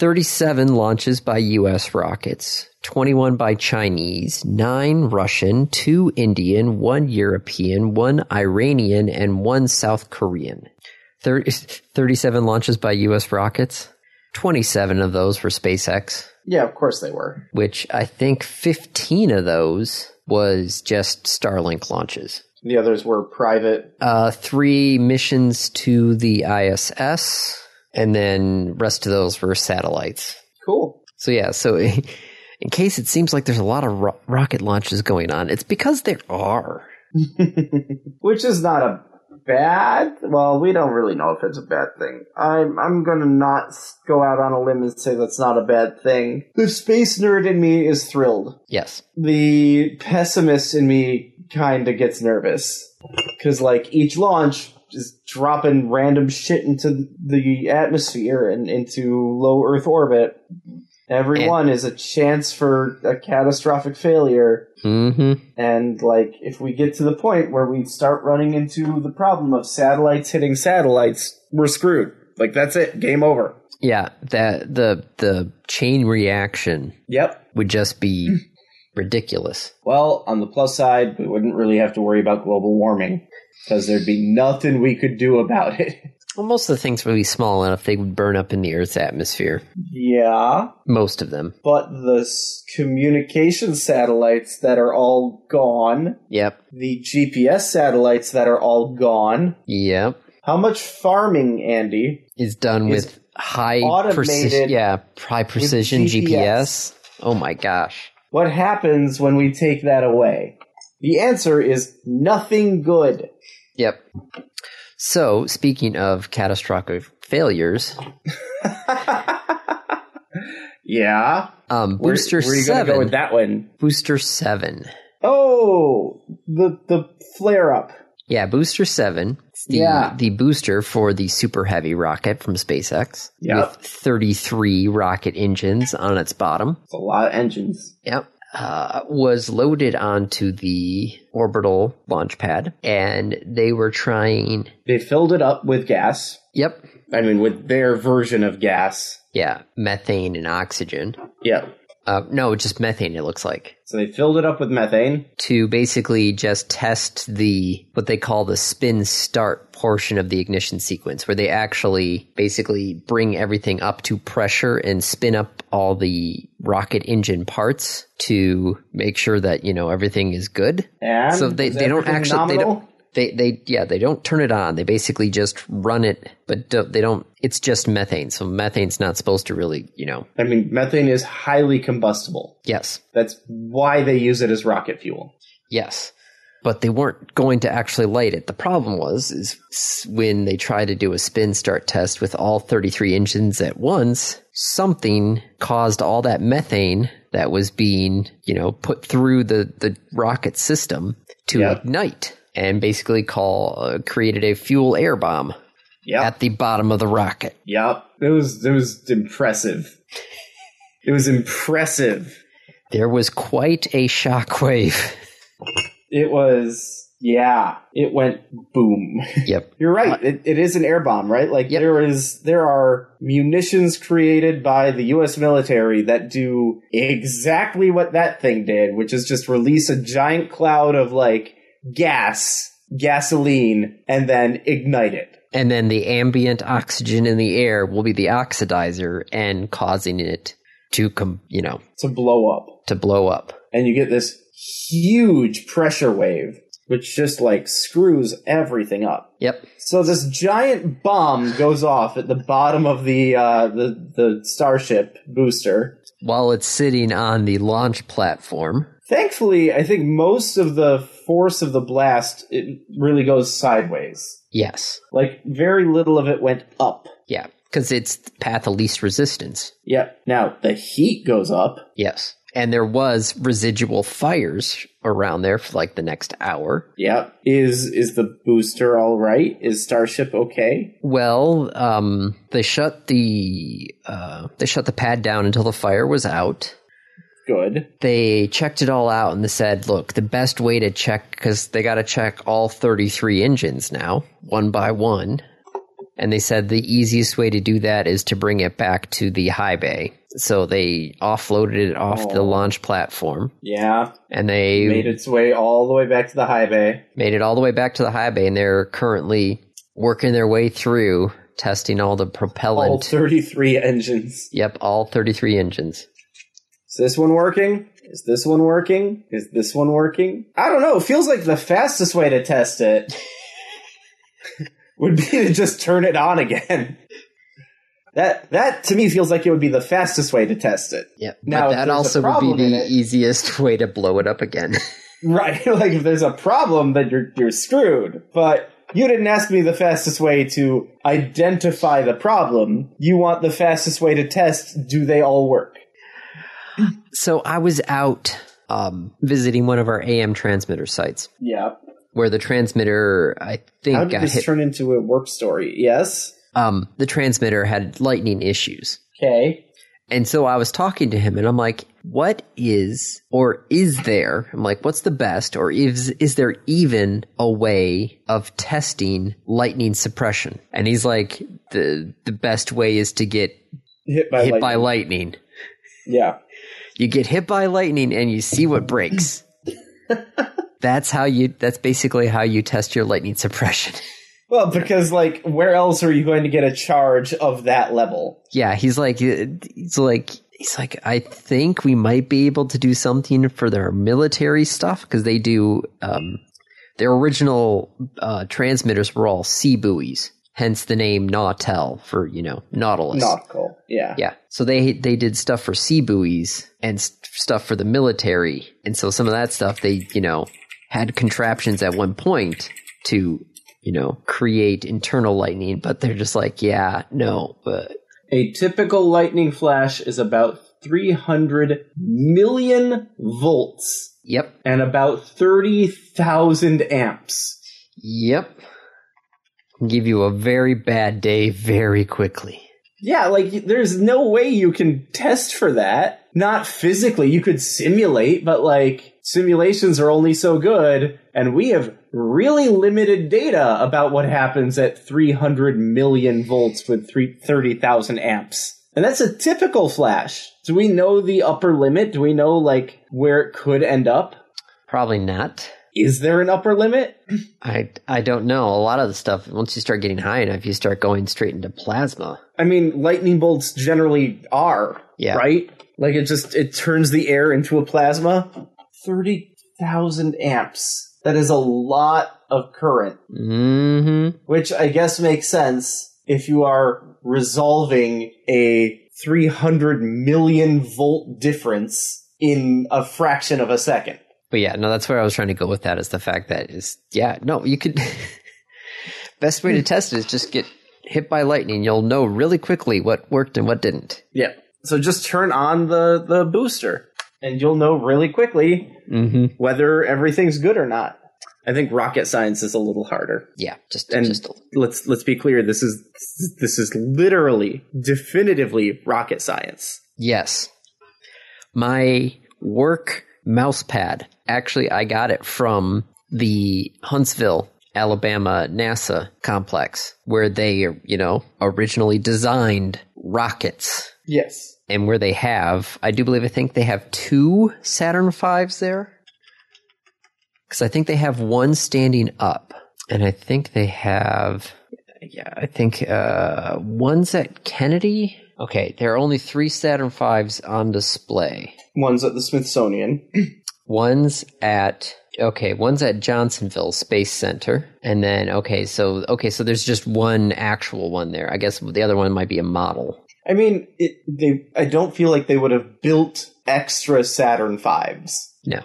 Speaker 1: 37 launches by us rockets 21 by chinese 9 russian 2 indian 1 european 1 iranian and 1 south korean 30, 37 launches by us rockets 27 of those were spacex
Speaker 2: Yeah, of course they were.
Speaker 1: which I think 15 of those was just Starlink launches.
Speaker 2: The others were private.
Speaker 1: Uh, three missions to the ISS, and then rest of those were satellites.
Speaker 2: Cool.
Speaker 1: So yeah, so in case it seems like there's a lot of ro- rocket launches going on, it's because there are.
Speaker 2: Which is not a bad. Well, we don't really know if it's a bad thing. I'm I'm gonna not s- go out on a limb and say that's not a bad thing. The space nerd in me is thrilled.
Speaker 1: Yes.
Speaker 2: The pessimist in me kind of gets nervous because like each launch is dropping random shit into the atmosphere and into low Earth orbit. Every
Speaker 1: And-
Speaker 2: one is a chance for a catastrophic failure.
Speaker 1: hmm
Speaker 2: And like, if we get to the point where we start running into the problem of satellites hitting satellites, we're screwed. Like, that's it. Game over.
Speaker 1: Yeah. That the the chain reaction
Speaker 2: Yep.
Speaker 1: would just
Speaker 2: Hmm.
Speaker 1: be ridiculous.
Speaker 2: Well, on the plus side, we wouldn't really have to worry about global warming because there'd be nothing we could do about it.
Speaker 1: Well, most of the things would be small enough they would burn up in the Earth's atmosphere.
Speaker 2: Yeah,
Speaker 1: Most of them.
Speaker 2: but the s- communication satellites that are all gone,
Speaker 1: Yep.
Speaker 2: the GPS satellites that are all gone.
Speaker 1: Yep.
Speaker 2: How much farming, Andy?
Speaker 1: Is done
Speaker 2: Is
Speaker 1: with high
Speaker 2: automated
Speaker 1: precision. Yeah, high precision
Speaker 2: GPS.
Speaker 1: GPS. Oh my gosh.
Speaker 2: What happens when we take that away? The answer is nothing good.
Speaker 1: Yep. So, speaking of catastrophic failures,
Speaker 2: yeah.
Speaker 1: um,
Speaker 2: Where-
Speaker 1: Booster
Speaker 2: where, you gonna
Speaker 1: Seven.
Speaker 2: go with that one?
Speaker 1: Booster Seven.
Speaker 2: Oh, the the flare up.
Speaker 1: Yeah, Booster Seven. It's the
Speaker 2: Yeah.
Speaker 1: the booster for the Super Heavy rocket from SpaceX
Speaker 2: Yep.
Speaker 1: with 33 rocket engines on its bottom.
Speaker 2: It's a lot of engines.
Speaker 1: Yep. Uh, was loaded onto the orbital launch pad, and they were trying.
Speaker 2: They filled it up with gas.
Speaker 1: Yep.
Speaker 2: I mean, with their version of gas.
Speaker 1: Yeah, methane and oxygen.
Speaker 2: Yeah.
Speaker 1: Uh, no, just methane. It looks like
Speaker 2: So they filled it up with methane.
Speaker 1: to basically just test the what they call the spin start portion of the ignition sequence, where they actually basically bring everything up to pressure and spin up all the rocket engine parts to make sure that you know everything is good.
Speaker 2: And
Speaker 1: So they-
Speaker 2: is
Speaker 1: they don't
Speaker 2: everything
Speaker 1: actually- they
Speaker 2: nominal?
Speaker 1: don't- They they yeah they don't turn it on. They basically just run it, but do they don't. It's just methane, so methane's not supposed to really you know.
Speaker 2: I mean, methane is highly combustible.
Speaker 1: Yes,
Speaker 2: That's why they use it as rocket fuel.
Speaker 1: Yes. But they weren't going to actually light it. The problem was is s- when they tried to do a spin start test with all 33 engines at once, something caused all that methane that was being, you know, put through the the rocket system to
Speaker 2: Yeah.
Speaker 1: ignite and basically call uh, created a fuel air bomb
Speaker 2: Yep.
Speaker 1: at the bottom of the rocket.
Speaker 2: Yep. It was it was impressive. It was impressive.
Speaker 1: There was quite a shockwave.
Speaker 2: It was Yeah, it went boom.
Speaker 1: Yep.
Speaker 2: You're right. It, it is an air bomb, right? Like
Speaker 1: Yep.
Speaker 2: there is there are munitions created by the U.S. military that do exactly what that thing did, which is just release a giant cloud of like gas, gasoline, and then ignite it.
Speaker 1: And then the ambient oxygen in the air will be the oxidizer and causing it to com- you know,
Speaker 2: to blow up.
Speaker 1: to blow up.
Speaker 2: And you get this huge pressure wave, which just like screws everything up.
Speaker 1: Yep.
Speaker 2: So this giant bomb goes off at the bottom of the uh, the the starship booster.
Speaker 1: While it's sitting on the launch platform.
Speaker 2: Thankfully, I think most of the force of the blast it really goes sideways.
Speaker 1: Yes.
Speaker 2: Like very little of it went up.
Speaker 1: Yeah. Because it's the path of least resistance.
Speaker 2: Yep. Now the heat goes up.
Speaker 1: Yes. And there was residual fires around there for like the next hour.
Speaker 2: Yep. Is is the booster all right? Is Starship okay?
Speaker 1: Well, um, they shut the uh, they shut the pad down until the fire was out.
Speaker 2: Good.
Speaker 1: they checked it all out and they said, look, the best way to check, because they got to check all 33 engines now, one by one. And they said the easiest way to do that is to bring it back to the high bay. So they offloaded it off the
Speaker 2: Oh.
Speaker 1: launch platform
Speaker 2: Yeah.
Speaker 1: and they
Speaker 2: made
Speaker 1: made it.
Speaker 2: its way all the way back to the high bay.
Speaker 1: all the way back to the high bay. And they're currently working their way through testing all the propellant.
Speaker 2: All 33 engines.
Speaker 1: yep, all 33 engines.
Speaker 2: Is this one working? Is this one working? Is this one working? I don't know. It feels like the fastest way to test it would be to just turn it on again. That that to me feels like it would be the fastest way to test it.
Speaker 1: Yep.
Speaker 2: Now,
Speaker 1: but
Speaker 2: if
Speaker 1: that
Speaker 2: there's a
Speaker 1: also would
Speaker 2: problem
Speaker 1: be
Speaker 2: in
Speaker 1: the
Speaker 2: it-
Speaker 1: easiest way to blow it up again.
Speaker 2: Right. like if there's a problem then you're you're screwed. But you didn't ask me the fastest way to identify the problem. You want the fastest way to test do they all work?
Speaker 1: So I was out um, visiting one of our AM transmitter sites
Speaker 2: Yeah.
Speaker 1: where the transmitter, I
Speaker 2: How
Speaker 1: think,
Speaker 2: did
Speaker 1: got
Speaker 2: this
Speaker 1: hit.
Speaker 2: turn into a warp story? Yes.
Speaker 1: um, the transmitter had lightning issues.
Speaker 2: Okay.
Speaker 1: And so I was talking to him and I'm like, what is or is there? I'm like, what's the best or is, is there even a way of testing lightning suppression? And he's like, the, the best way is to get
Speaker 2: Hit by
Speaker 1: hit
Speaker 2: lightning.
Speaker 1: by lightning.
Speaker 2: yeah.
Speaker 1: You get hit by lightning and you see what breaks. that's how you that's basically how you test your lightning suppression.
Speaker 2: Well, because like, where else are you going to get a charge of that level?
Speaker 1: yeah, he's like he's like he's like I think we might be able to do something for their military stuff cuz they do um their original uh transmitters were all sea buoys, hence the name Nautel for, you know, Nautilus.
Speaker 2: Nautical. Yeah.
Speaker 1: Yeah. So they they did stuff for sea buoys and s- stuff for the military, and so some of that stuff they you know had contraptions at one point to you know create internal lightning, but they're just like, yeah, no, but
Speaker 2: A typical lightning flash is about 300 million volts
Speaker 1: yep,
Speaker 2: and about 30,000 amps.
Speaker 1: yep, Can give you a very bad day very quickly.
Speaker 2: Yeah, like y- there's no way you can test for that. Not physically, you could simulate, but like simulations are only so good, and we have really limited data about what happens at 300 million volts with three- 30,000 amps. And that's a typical flash. Do we know the upper limit? Do we know like where it could end up?
Speaker 1: Probably not.
Speaker 2: Is there an upper limit?
Speaker 1: I I don't know. A lot of the stuff once you start getting high enough, you start going straight into plasma.
Speaker 2: I mean, lightning bolts generally are,
Speaker 1: Yeah.
Speaker 2: right? Like it just it turns the air into a plasma. Thirty thousand amps. That is a lot of current,
Speaker 1: Mm-hmm.
Speaker 2: which I guess makes sense if you are resolving a three hundred million volt difference in a fraction of a second.
Speaker 1: But yeah, no, that's where I was trying to go with that is the fact that is yeah, no, you could best way to test it is just get hit by lightning. You'll know really quickly what worked and what didn't.
Speaker 2: Yeah. So just turn on the the booster, and you'll know really quickly
Speaker 1: Mm-hmm.
Speaker 2: whether everything's good or not. I think rocket science is a little harder.
Speaker 1: Yeah, just
Speaker 2: And-
Speaker 1: just
Speaker 2: let's let's be clear this is this is literally definitively rocket science
Speaker 1: yes. My work mouse pad. Actually, I got it from the Huntsville, Alabama NASA complex where they, you know, originally designed rockets
Speaker 2: Yes.
Speaker 1: and where they have, I do believe, I think they have two Saturn V's there. Because I think they have one standing up, and I think they have, yeah, I think uh, one's at Kennedy. Okay, there are only three Saturn V's on display.
Speaker 2: One's at the Smithsonian.
Speaker 1: One's at okay, one's at Johnsonville Space Center, and then okay, so okay, so there's just one actual one there. I guess the other one might be a model.
Speaker 2: I mean, it, they. I don't feel like they would have built extra Saturn fives.
Speaker 1: No,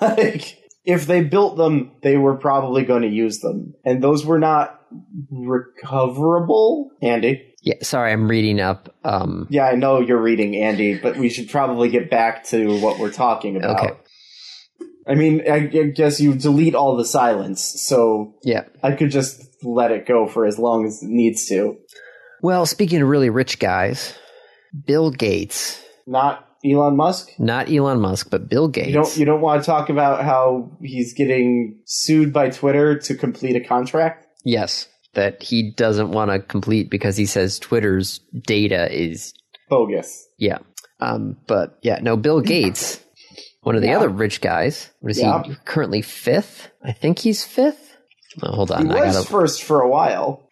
Speaker 2: like, if they built them, they were probably going to use them, and those were not recoverable. Andy,
Speaker 1: yeah, sorry, I'm reading up. Um,
Speaker 2: yeah, I know you're reading Andy, but we should probably get back to what we're talking about.
Speaker 1: Okay.
Speaker 2: I mean, I, I guess you delete all the silence, so
Speaker 1: yeah.
Speaker 2: I could just let it go for as long as it needs to.
Speaker 1: Well, speaking of really rich guys, Bill Gates,
Speaker 2: Not Elon Musk.
Speaker 1: not Elon Musk, but Bill Gates.
Speaker 2: You don't you don't want to talk about how he's getting sued by Twitter to complete a contract?
Speaker 1: yes, that he doesn't want to complete because he says Twitter's data is
Speaker 2: Bogus.
Speaker 1: yeah. Um, but yeah, no, Bill Gates, one of the
Speaker 2: Yeah.
Speaker 1: other rich guys. What is
Speaker 2: Yeah.
Speaker 1: he currently fifth? I think he's fifth. Oh, hold
Speaker 2: He
Speaker 1: on, I
Speaker 2: was
Speaker 1: gotta.
Speaker 2: first for a while.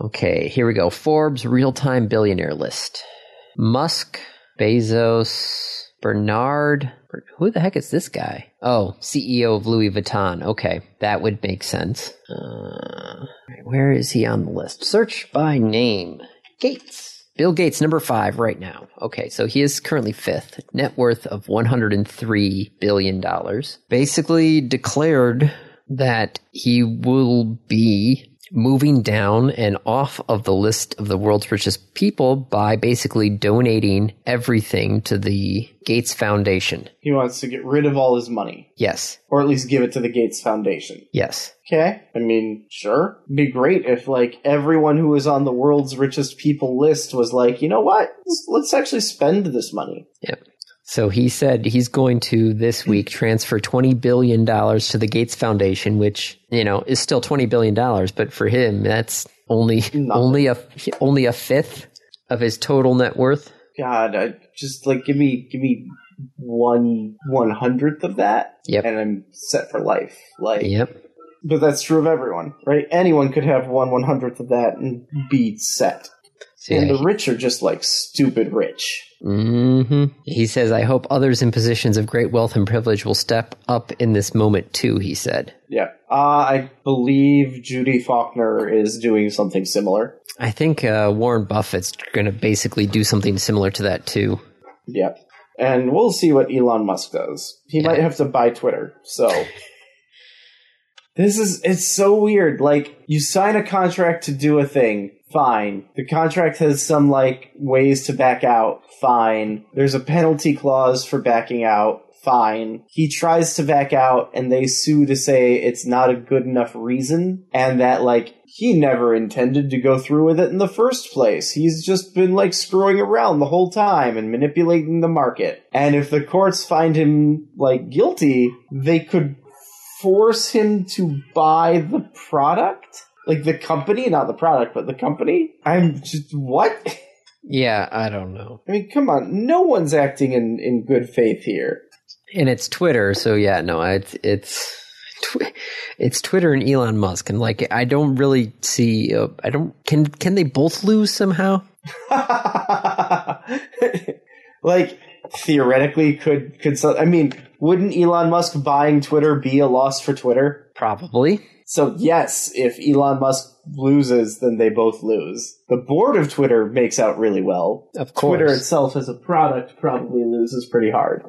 Speaker 1: Okay, here we go. Forbes real time billionaire list. Musk, Bezos, Bernard. Who the heck is this guy? Oh, CEO of Louis Vuitton. Okay, that would make sense. Uh, where is he on the list? Search by name. Gates. Bill Gates, number five right now. Okay, so he is currently fifth. Net worth of $103 billion. Basically declared that he will be moving down and off of the list of the world's richest people by basically donating everything to the Gates Foundation.
Speaker 2: He wants to get rid of all his money.
Speaker 1: Yes,
Speaker 2: Or at least give it to the Gates Foundation.
Speaker 1: yes.
Speaker 2: Okay. I mean, sure. It'd be great if like everyone who was on the world's richest people list was like, you know what? Let's, let's actually spend this money.
Speaker 1: So he said he's going to this
Speaker 2: Hmm.
Speaker 1: week transfer $20 billion to the Gates Foundation, which, you know, is still $20 billion, but for him, that's only,
Speaker 2: Nothing.
Speaker 1: only a, only a fifth of his total net worth.
Speaker 2: God, I just like give me give me one one hundredth of that,
Speaker 1: Yep.
Speaker 2: and I'm set for life. Like.
Speaker 1: Yep.
Speaker 2: But that's true of everyone, right? Anyone could have one one hundredth of that and be set.
Speaker 1: So
Speaker 2: And
Speaker 1: yeah,
Speaker 2: the rich are just like stupid rich.
Speaker 1: hmm He says, I hope others in positions of great wealth and privilege will step up in this moment too, he said.
Speaker 2: Yeah. Uh, I believe Judy Faulkner is doing something similar.
Speaker 1: I think uh, Warren Buffett's going to basically do something similar to that too.
Speaker 2: Yeah. And we'll see what Elon Musk does. He
Speaker 1: Yeah.
Speaker 2: might have to buy Twitter. So this is it's so weird. Like you sign a contract to do a thing, fine. The contract has some like ways to back out, fine. There's a penalty clause for backing out. Fine. He tries to back out and they sue to say it's not a good enough reason and that like he never intended to go through with it in the first place. He's just been like screwing around the whole time and manipulating the market. And if the courts find him like guilty, they could force him to buy the product? Like the company, not the product, but the company? I'm just what?
Speaker 1: Yeah, I don't know.
Speaker 2: I mean, come on. No one's acting in, in good faith here.
Speaker 1: And it's Twitter, so yeah, no, it's it's tw- it's Twitter and Elon Musk, and like I don't really see. Uh, I don't can can they both lose somehow?
Speaker 2: like theoretically could could so- I mean, wouldn't Elon Musk buying Twitter be a loss for Twitter?
Speaker 1: Probably.
Speaker 2: So yes, if Elon Musk loses, then they both lose. The board of Twitter makes out really well.
Speaker 1: Of course.
Speaker 2: Twitter itself as a product probably loses pretty hard.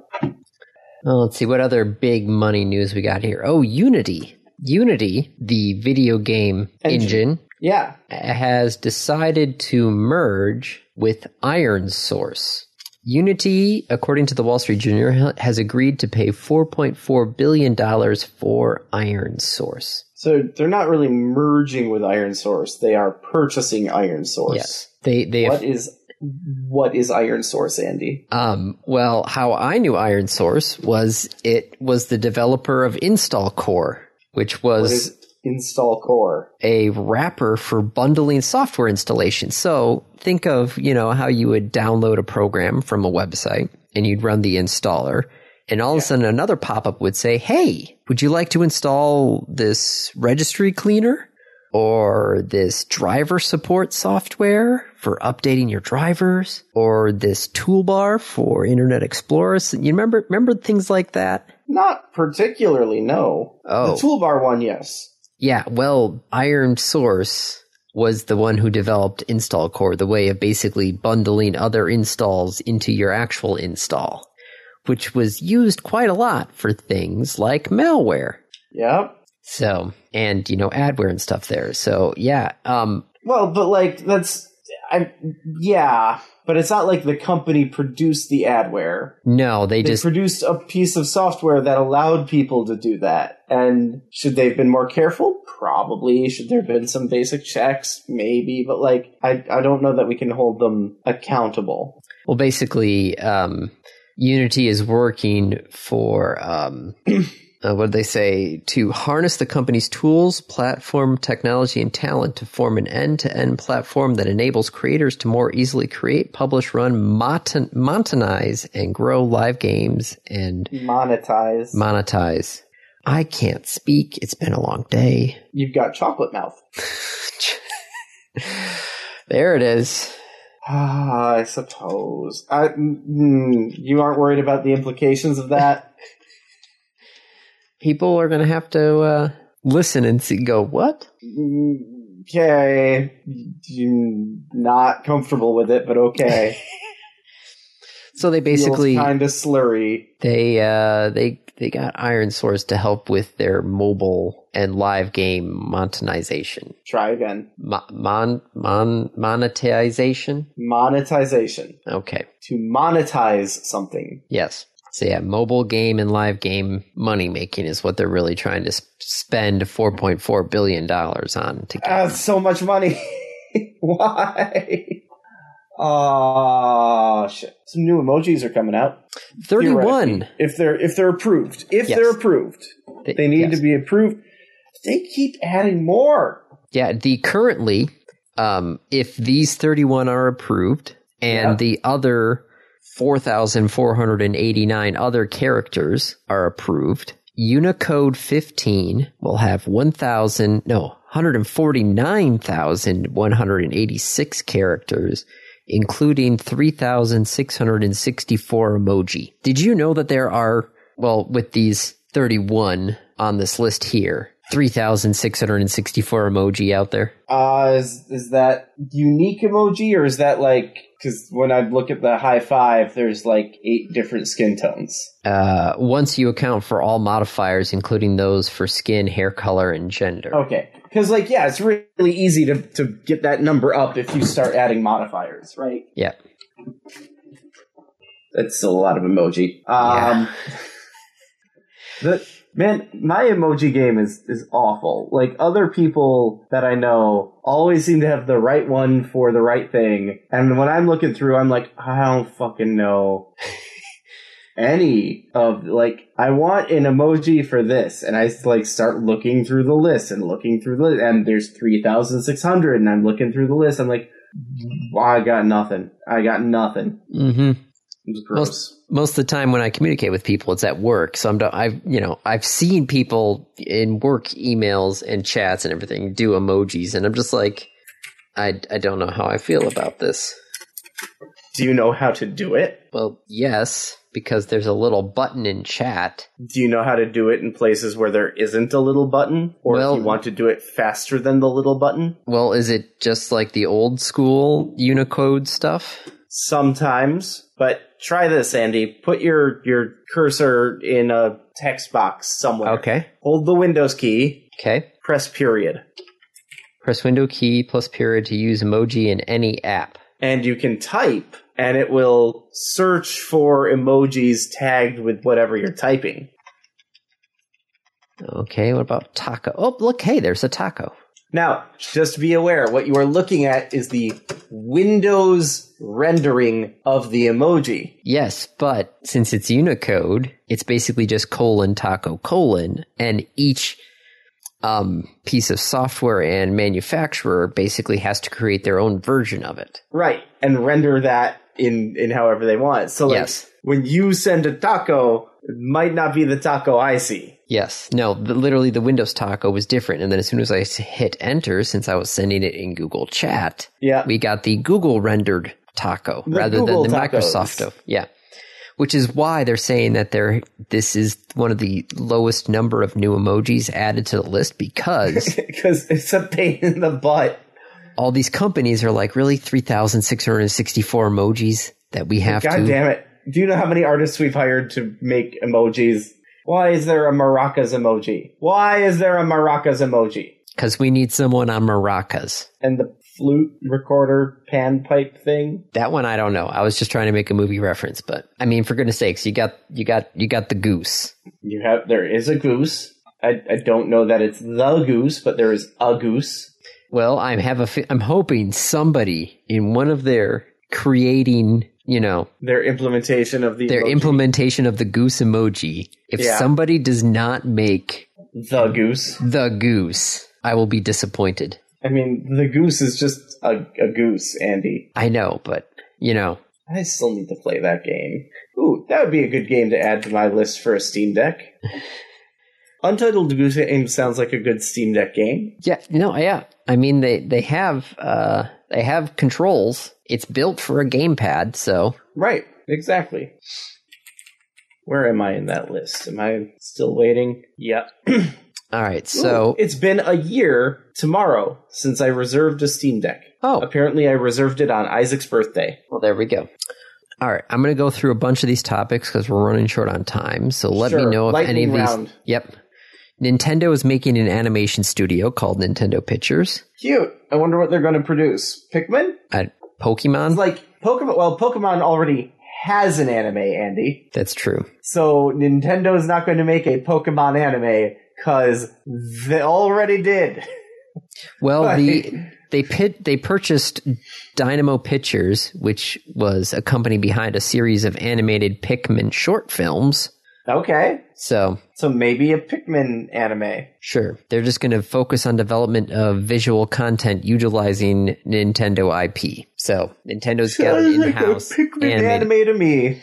Speaker 1: Well, let's see what other big money news we got here. Oh, Unity. Unity, the video game engine,
Speaker 2: Engine. Yeah.
Speaker 1: has decided to merge with Iron Source. Unity, according to the Wall Street Journal, has agreed to pay $4.4 billion for Iron Source.
Speaker 2: So they're not really merging with Iron Source. They are purchasing Iron Source.
Speaker 1: Yes. They, they,
Speaker 2: What is what is Iron Source, Andy?
Speaker 1: Um, well, how I knew Iron Source was it was the developer of Install Core, which
Speaker 2: What
Speaker 1: was
Speaker 2: is install core?
Speaker 1: a wrapper for bundling software installation. So think of, you know, how you would download a program from a website and you'd run the installer. And all of a sudden another pop-up would say, Hey, would you like to install this registry cleaner or this driver support software for updating your drivers or this toolbar for Internet Explorer? So you remember, remember things like that?
Speaker 2: Not particularly, no.
Speaker 1: Oh.
Speaker 2: The toolbar one, yes.
Speaker 1: Yeah, well, Iron Source was the one who developed install core, the way of basically bundling other installs into your actual install, which was used quite a lot for things like malware.
Speaker 2: Yep.
Speaker 1: So, and you know, adware and stuff there. So, yeah, um
Speaker 2: Well, but like that's I yeah, but it's not like the company produced the adware.
Speaker 1: no, they
Speaker 2: They
Speaker 1: just
Speaker 2: produced a piece of software that allowed people to do that. And should they have been more careful? Probably. Should there have been some basic checks? Maybe. But like I I don't know that we can hold them accountable.
Speaker 1: well basically um Unity is working for um uh, what did they say? To harness the company's tools, platform, technology, and talent to form an end to end platform that enables creators to more easily create, publish, run, moten- monetize, and grow live games and
Speaker 2: Monetize.
Speaker 1: monetize. I can't speak. It's been a long day.
Speaker 2: You've got chocolate mouth.
Speaker 1: there it is.
Speaker 2: Ah, I suppose. I, mm, you aren't worried about the implications of that?
Speaker 1: People are going to have to uh, listen and see, go, what?
Speaker 2: Mm, okay. You not comfortable with it, but okay.
Speaker 1: So they basically.
Speaker 2: kind of slurry.
Speaker 1: they uh they they got iron source to help with their mobile and live game monetization
Speaker 2: Try again.
Speaker 1: Mo- mon mon monetization
Speaker 2: Monetization.
Speaker 1: okay
Speaker 2: To monetize something.
Speaker 1: yes so yeah mobile game and live game money making is what they're really trying to s- spend 4.4 billion dollars on to get
Speaker 2: Ah, so much money. Why? Oh shit! Some new emojis are coming out.
Speaker 1: 31
Speaker 2: Theoretically, If they're if they're approved, if
Speaker 1: Yes.
Speaker 2: they're approved,
Speaker 1: Th-
Speaker 2: They need
Speaker 1: yes.
Speaker 2: to be approved. They keep adding more.
Speaker 1: Yeah, the currently, um, if these 31 are approved and
Speaker 2: Yeah.
Speaker 1: the other 4,489 other characters are approved, Unicode 15 will have 1,000, no, 149,186 characters, including 3,664 emoji. Did you know that there are, well, with these 31 on this list here, 3,664 emoji out there?
Speaker 2: Uh, is is that unique emoji or is that like? Because when I look at the high five, there's like eight different skin tones.
Speaker 1: Uh, once you account for all modifiers, including those for skin, hair color, and gender.
Speaker 2: Okay, because like yeah, it's really easy to to get that number up if you start adding modifiers, right?
Speaker 1: Yeah.
Speaker 2: That's still a lot of emoji. Um, the, man, my emoji game is is awful. Like other people that I know always seem to have the right one for the right thing, and when I'm looking through, I'm like, I don't fucking know. Any of like, I want an emoji for this, and I like start looking through the list and looking through the list, and there's three thousand six hundred, and I'm looking through the list. I'm like, "Mm, I got nothing. I got nothing.
Speaker 1: hmm
Speaker 2: It was gross.
Speaker 1: Most- Most of the time when I communicate with people, it's at work. So I'm, I've, you know, I've seen people in work emails and chats and everything do emojis, and I'm just like, I, I don't know how I feel about this.
Speaker 2: Do you know how to do it?
Speaker 1: Well, yes, because there's a little button in chat.
Speaker 2: Do you know how to do it in places where there isn't a little button? Or
Speaker 1: Well-
Speaker 2: if you want to do it faster than the little button?
Speaker 1: Well, is it just like the old school Unicode stuff?
Speaker 2: Sometimes. But try this, Andy. Put your, your cursor in a text box somewhere.
Speaker 1: Okay.
Speaker 2: Hold the Windows key,
Speaker 1: Okay.
Speaker 2: press period.
Speaker 1: Press window key plus period to use emoji in any app.
Speaker 2: And you can type, and it will search for emojis tagged with whatever you're typing.
Speaker 1: Okay, what about taco? Oh, look, hey, there's a taco.
Speaker 2: Now, just be aware, what you are looking at is the Windows rendering of the emoji.
Speaker 1: Yes, but since it's Unicode, it's basically just colon taco colon, and each um, piece of software and manufacturer basically has to create their own version of it.
Speaker 2: Right. And render that in, in however they want. So like,
Speaker 1: Yes.
Speaker 2: when you send a taco, it might not be the taco I see.
Speaker 1: Yes, no, the, literally the Windows taco was different, and then as soon as I s- hit enter, since I was sending it in Google Chat,
Speaker 2: Yeah.
Speaker 1: we got the Google rendered taco
Speaker 2: The
Speaker 1: rather
Speaker 2: Google
Speaker 1: than the
Speaker 2: tacos.
Speaker 1: Microsoft. o- Yeah. Which is why they're saying that they're, this is one of the lowest number of new emojis added to the list because
Speaker 2: Because it's a pain in the butt.
Speaker 1: all these companies are like, really, 3,664 emojis that we have
Speaker 2: God
Speaker 1: to.
Speaker 2: damn it. Do you know how many artists we've hired to make emojis? Why is there a maracas emoji? Why is there a maracas emoji?
Speaker 1: Because we need someone on maracas.
Speaker 2: And the flute recorder panpipe thing?
Speaker 1: That one, I don't know. I was just trying to make a movie reference, but I mean, for goodness sakes, you got, you got, you got the goose.
Speaker 2: You have there is a goose. I, I don't know that it's the goose, but there is a goose.
Speaker 1: Well, I have a, fe- I'm hoping somebody in one of their creating, you know,
Speaker 2: Their implementation of the
Speaker 1: their
Speaker 2: emoji,
Speaker 1: implementation of the goose emoji. If
Speaker 2: Yeah.
Speaker 1: somebody does not make
Speaker 2: the goose.
Speaker 1: the goose, I will be disappointed.
Speaker 2: I mean, the goose is just a, a goose, Andy.
Speaker 1: I know, but you know,
Speaker 2: I still need to play that game. Ooh, that would be a good game to add to my list for a Steam Deck. Untitled Goose Game sounds like a good Steam Deck game.
Speaker 1: yeah, no, yeah. I mean, they they have uh they have controls. It's built for a gamepad, so
Speaker 2: Right, exactly. Where am I in that list? Am I still waiting? Yep.
Speaker 1: all right. So
Speaker 2: Ooh, it's been a year tomorrow since I reserved a Steam Deck.
Speaker 1: oh,
Speaker 2: Apparently, I reserved it on Isaac's birthday.
Speaker 1: well, there we go. All right, I'm going to go through a bunch of these topics because we're running short on time. So let
Speaker 2: Sure,
Speaker 1: me know if any
Speaker 2: lightning
Speaker 1: of these.
Speaker 2: round.
Speaker 1: Yep. Nintendo is making an animation studio called Nintendo Pictures.
Speaker 2: Cute. I wonder what they're going to produce. Pikmin?
Speaker 1: At Pokemon.
Speaker 2: It's like Pokemon. Well, Pokemon already has an anime, Andy.
Speaker 1: That's true.
Speaker 2: So Nintendo's not going to make a Pokemon anime because they already did.
Speaker 1: Well,
Speaker 2: Right.
Speaker 1: the they pit they purchased Dynamo Pictures, which was a company behind a series of animated Pikmin short films.
Speaker 2: Okay.
Speaker 1: So
Speaker 2: So maybe a Pikmin anime.
Speaker 1: sure, they're just going to focus on development of visual content utilizing Nintendo IP. So Nintendo's got it
Speaker 2: Sounds
Speaker 1: in
Speaker 2: like a
Speaker 1: house.
Speaker 2: Pikmin anime to me.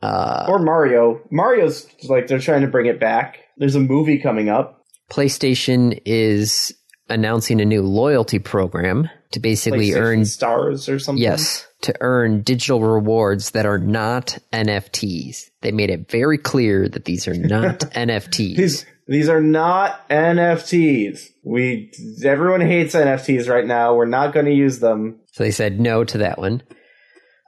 Speaker 1: Uh,
Speaker 2: Or Mario. Mario's like they're trying to bring it back. There's a movie coming up.
Speaker 1: PlayStation is announcing a new loyalty program to basically
Speaker 2: PlayStation
Speaker 1: earn
Speaker 2: stars or something.
Speaker 1: Yes, to earn digital rewards that are not NFTs. They made it very clear that these are not NFTs.
Speaker 2: These these are not NFTs. We everyone hates NFTs right now. We're not going to use them.
Speaker 1: So they said no to that one.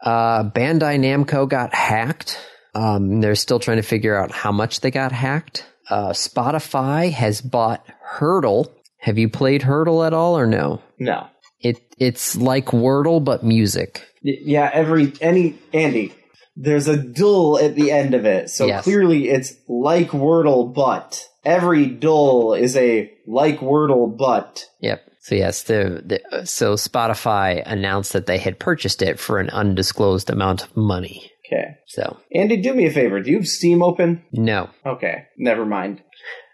Speaker 1: Uh, Bandai Namco got hacked. Um, they're still trying to figure out how much they got hacked. Uh, Spotify has bought Hurdle. Have you played Hurdle at all or no?
Speaker 2: No.
Speaker 1: It it's like Wordle but music.
Speaker 2: Y- Yeah, every any Andy. There's a dull at the end of it. So
Speaker 1: Yes.
Speaker 2: clearly it's like Wordle but every dull is a like Wordle but
Speaker 1: Yep. So yes, the, the so Spotify announced that they had purchased it for an undisclosed amount of money.
Speaker 2: Okay.
Speaker 1: So
Speaker 2: Andy, do me a favor. Do you have Steam open?
Speaker 1: no,
Speaker 2: Okay, never mind.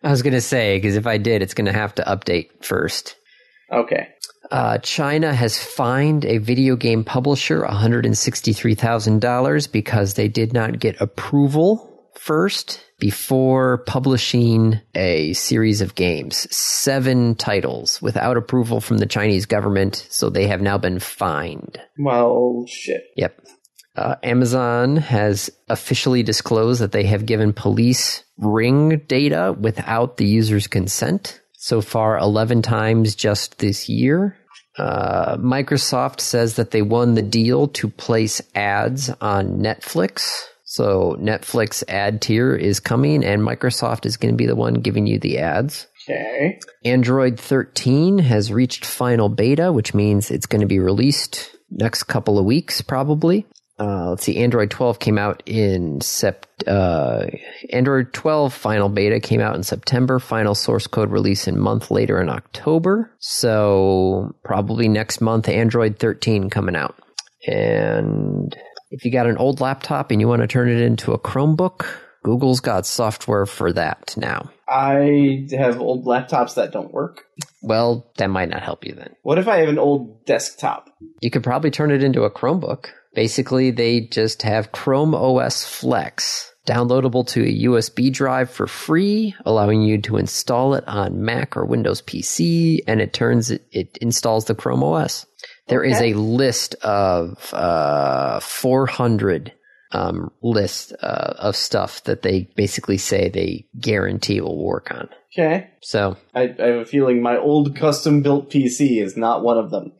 Speaker 1: I was gonna say because if I did, it's gonna have to update first.
Speaker 2: Okay.
Speaker 1: Uh, China has fined a video game publisher one hundred and sixty three thousand dollars because they did not get approval first before publishing a series of games, seven titles without approval from the Chinese government. So they have now been fined.
Speaker 2: Well, shit.
Speaker 1: Yep. Uh, Amazon has officially disclosed that they have given police ring data without the user's consent. So far, 11 times just this year. Uh, Microsoft says that they won the deal to place ads on Netflix. So Netflix ad tier is coming, and Microsoft is going to be the one giving you the ads.
Speaker 2: Okay.
Speaker 1: Android 13 has reached final beta, which means it's going to be released next couple of weeks, probably. Uh, let's see. Android 12 came out in sept. Uh, Android 12 final beta came out in September. Final source code release a month later in October. So probably next month, Android 13 coming out. And if you got an old laptop and you want to turn it into a Chromebook, Google's got software for that now.
Speaker 2: I have old laptops that don't work.
Speaker 1: Well, that might not help you then.
Speaker 2: What if I have an old desktop?
Speaker 1: You could probably turn it into a Chromebook. Basically, they just have Chrome OS Flex downloadable to a USB drive for free, allowing you to install it on Mac or Windows PC, and it turns it, it installs the Chrome OS. There is
Speaker 2: Okay.
Speaker 1: a list of uh, 400 um, list uh, of stuff that they basically say they guarantee will work on.
Speaker 2: Okay.
Speaker 1: So
Speaker 2: I, I have a feeling my old custom built PC is not one of them.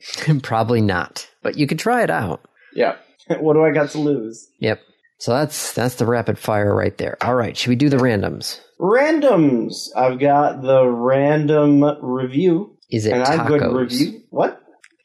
Speaker 1: probably not, but you could try it out.
Speaker 2: Yeah. what do I got to lose?
Speaker 1: Yep. So that's that's the rapid fire right there. All right, should we do the randoms?
Speaker 2: Randoms. I've got the random review.
Speaker 1: Is it
Speaker 2: and I'm going to
Speaker 1: tacos?
Speaker 2: review. What?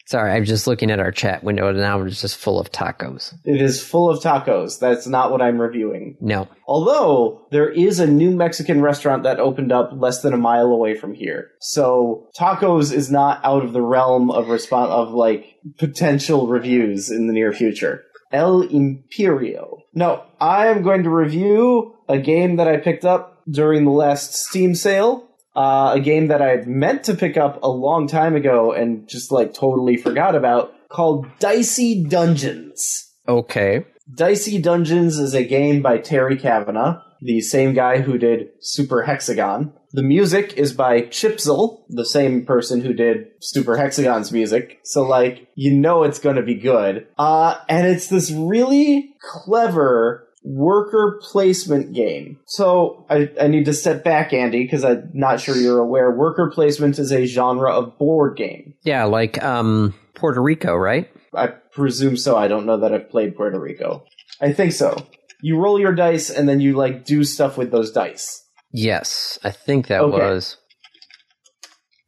Speaker 1: Sorry, I'm just looking at our chat window and now it's just full of tacos.
Speaker 2: It is full of tacos. That's not what I'm reviewing.
Speaker 1: No.
Speaker 2: Although there is a new Mexican restaurant that opened up less than a mile away from here. So tacos is not out of the realm of response of like potential reviews in the near future. El Imperio. No, I am going to review a game that I picked up during the last Steam sale. Uh, a game that I had meant to pick up a long time ago and just like totally forgot about called Dicey Dungeons.
Speaker 1: Okay.
Speaker 2: Dicey Dungeons is a game by Terry Kavanagh, the same guy who did Super Hexagon. The music is by Chipsel, the same person who did Super Hexagon's music. So, like, you know it's gonna be good. Uh, and it's this really clever worker placement game. So, I, I need to step back, Andy, because I'm not sure you're aware. Worker placement is a genre of board game.
Speaker 1: Yeah, like um Puerto Rico, right?
Speaker 2: I presume so. I don't know that I've played Puerto Rico. I think so. You roll your dice and then you like do stuff with those dice.
Speaker 1: Yes. I think that
Speaker 2: Okay.
Speaker 1: was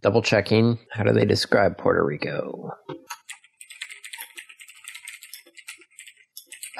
Speaker 1: double checking. How do they describe Puerto Rico?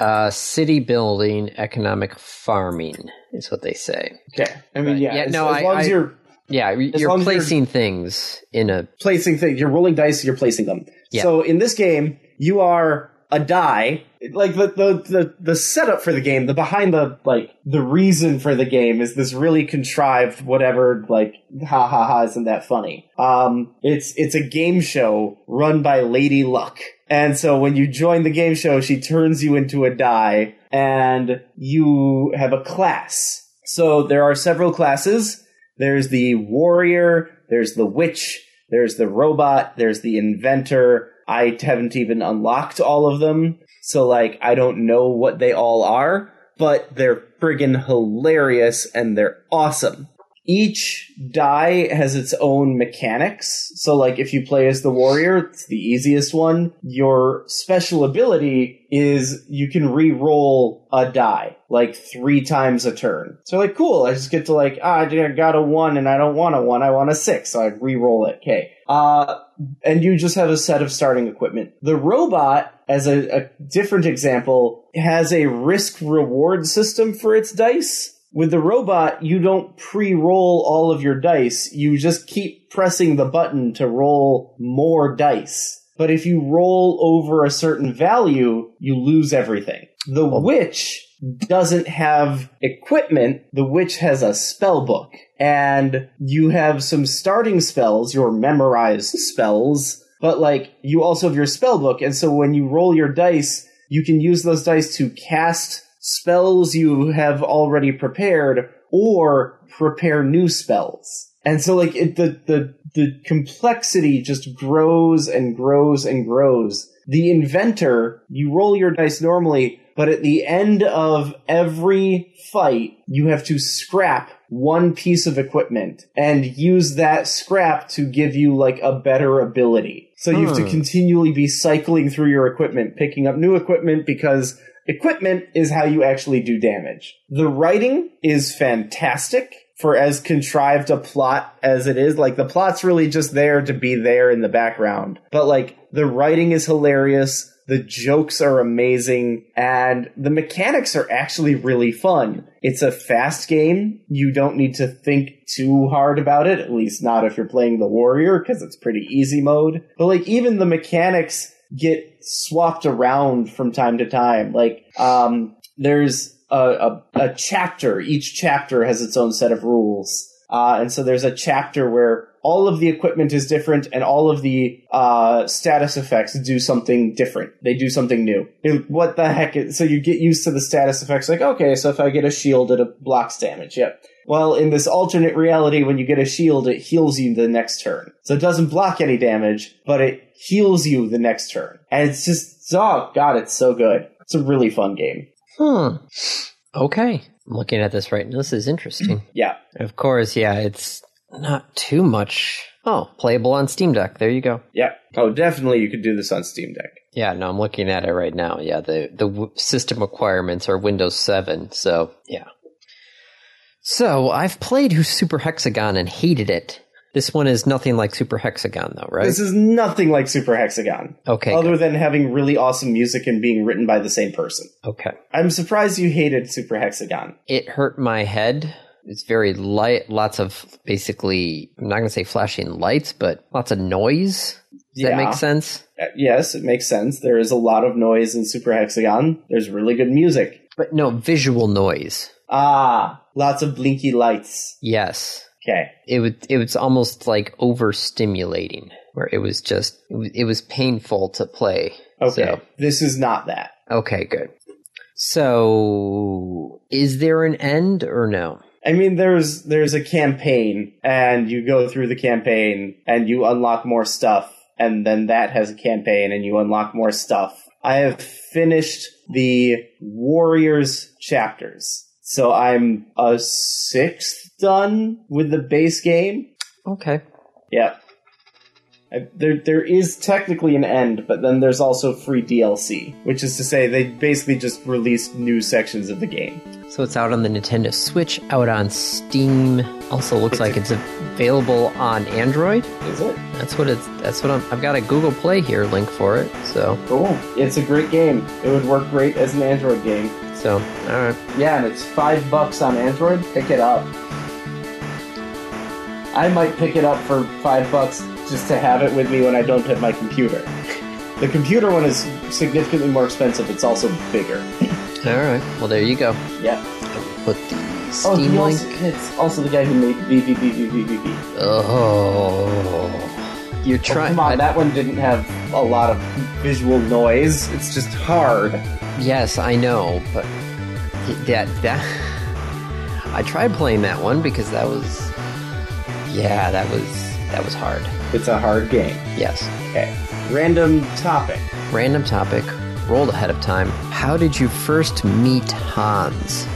Speaker 1: Uh, city building, economic farming is what they say.
Speaker 2: Okay. I mean,
Speaker 1: Right.
Speaker 2: yeah.
Speaker 1: Yeah,
Speaker 2: as,
Speaker 1: no,
Speaker 2: as
Speaker 1: I-
Speaker 2: long as
Speaker 1: I-
Speaker 2: you're
Speaker 1: Yeah, y-
Speaker 2: As
Speaker 1: you're
Speaker 2: long as you're-
Speaker 1: placing things in a
Speaker 2: placing things, you're rolling dice, you're placing them.
Speaker 1: Yeah.
Speaker 2: So in this game, you are a die. Like the, the the the setup for the game, the behind the like the reason for the game is this really contrived whatever. Like ha ha ha, isn't that funny? Um, it's it's a game show run by Lady Luck. And so when you join the game show, she turns you into a die and you have a class. So there are several classes. There's the warrior, there's the witch, there's the robot, there's the inventor. I haven't even unlocked all of them. So like I don't know what they all are, but they're friggin' hilarious and they're awesome each die has its own mechanics. So, like, if you play as the warrior, it's the easiest one. Your special ability is you can re-roll a die like three times a turn. So, like, cool. I just get to like, ah, I got a one, and I don't want a one. I want a six. So I re-roll it. Okay. Uh, and you just have a set of starting equipment. The robot, as a, a different example, has a risk reward system for its dice. With the robot, you don't pre roll all of your dice, you just keep pressing the button to roll more dice. But if you roll over a certain value, you lose everything. The witch doesn't have equipment. The witch has a spell book. And you have some starting spells, your memorized spells, but like you also have your spell book. And so when you roll your dice, you can use those dice to cast spells you have already prepared or prepare new spells. And so like it, the the the complexity just grows and grows and grows. The inventor, you roll your dice normally, but at the end of every fight, you have to scrap one piece of equipment and use that scrap to give you like a better ability. So you have to
Speaker 1: Hmm.
Speaker 2: continually be cycling through your equipment, picking up new equipment because equipment is how you actually do damage. The writing is fantastic for as contrived a plot as it is. Like the plot's really just there to be there in the background. But like the writing is hilarious. The jokes are amazing, and the mechanics are actually really fun. It's a fast game. You don't need to think too hard about it, at least not if you're playing the warrior, because it's pretty easy mode. But like, even the mechanics get swapped around from time to time. Like, um, there's a, a, a chapter. Each chapter has its own set of rules. Uh, and so there's a chapter where all of the equipment is different and all of the uh, status effects do something different. They do something new. It- what the heck? Is, so you get used to the status effects like, okay, so if I get a shield, it blocks damage. Yep. Well, in this alternate reality, when you get a shield, it heals you the next turn. So it doesn't block any damage, but it heals you the next turn. And it's just, oh god, it's so good. It's a really fun game.
Speaker 1: Hmm. Okay. I'm looking at this right now. This is interesting.
Speaker 2: Yeah.
Speaker 1: Of course, yeah, it's not too much. Oh, playable on Steam Deck. There you go.
Speaker 2: Yeah. Oh, definitely you could do this on Steam Deck.
Speaker 1: Yeah, no, I'm looking at it right now. Yeah, the the w- system requirements are Windows 7, so yeah. So I've played Super Hexagon and hated it. This one is nothing like Super Hexagon, though, right?
Speaker 2: This is nothing like Super Hexagon.
Speaker 1: okay,
Speaker 2: other than having really awesome music and being written by the same person.
Speaker 1: okay.
Speaker 2: I'm surprised you hated Super Hexagon.
Speaker 1: It hurt my head. It's very light, lots of basically. I'm not gonna say flashing lights, but lots of noise. Does that make sense?
Speaker 2: Uh, Yes, it makes sense. There is a lot of noise in Super Hexagon. There's really good music.
Speaker 1: But no visual noise.
Speaker 2: Ah, lots of blinky lights.
Speaker 1: Yes,
Speaker 2: Okay.
Speaker 1: it was it was almost like overstimulating where it was just it was, it was painful to play
Speaker 2: Okay.
Speaker 1: So-
Speaker 2: This is not that.
Speaker 1: okay good so is there an end or no
Speaker 2: I mean there's there's a campaign and you go through the campaign and you unlock more stuff and then that has a campaign and you unlock more stuff. I have finished the Warriors chapters. So I'm a sixth done with the base game.
Speaker 1: okay
Speaker 2: Yeah. I- There, there is technically an end, but then there's also free DLC, which is to say they basically just released new sections of the game.
Speaker 1: so it's out on the nintendo switch out on steam also looks like it's available on android
Speaker 2: Is it?
Speaker 1: that's what it's that's what I'm, i've got a google play here link for it so
Speaker 2: Cool. It's a great game. It would work great as an Android game.
Speaker 1: so all right
Speaker 2: Yeah, and it's five bucks on Android. Pick it up. I might pick it up for five bucks just to have it with me when I don't have my computer. The computer one is significantly more expensive. It's also bigger.
Speaker 1: all right well there you go
Speaker 2: Yeah.
Speaker 1: put the
Speaker 2: Oh,
Speaker 1: steam
Speaker 2: he
Speaker 1: link
Speaker 2: also, it's also the guy who made VVVVVV.
Speaker 1: oh you're
Speaker 2: Oh,
Speaker 1: trying
Speaker 2: come on, that one didn't have a lot of visual noise. It's just hard.
Speaker 1: Yes, I know, but that that I tried playing that one because that was yeah, that was that was hard.
Speaker 2: It's a hard game.
Speaker 1: Yes.
Speaker 2: Okay. Random topic.
Speaker 1: Random topic, rolled ahead of time. How did you first meet Hans?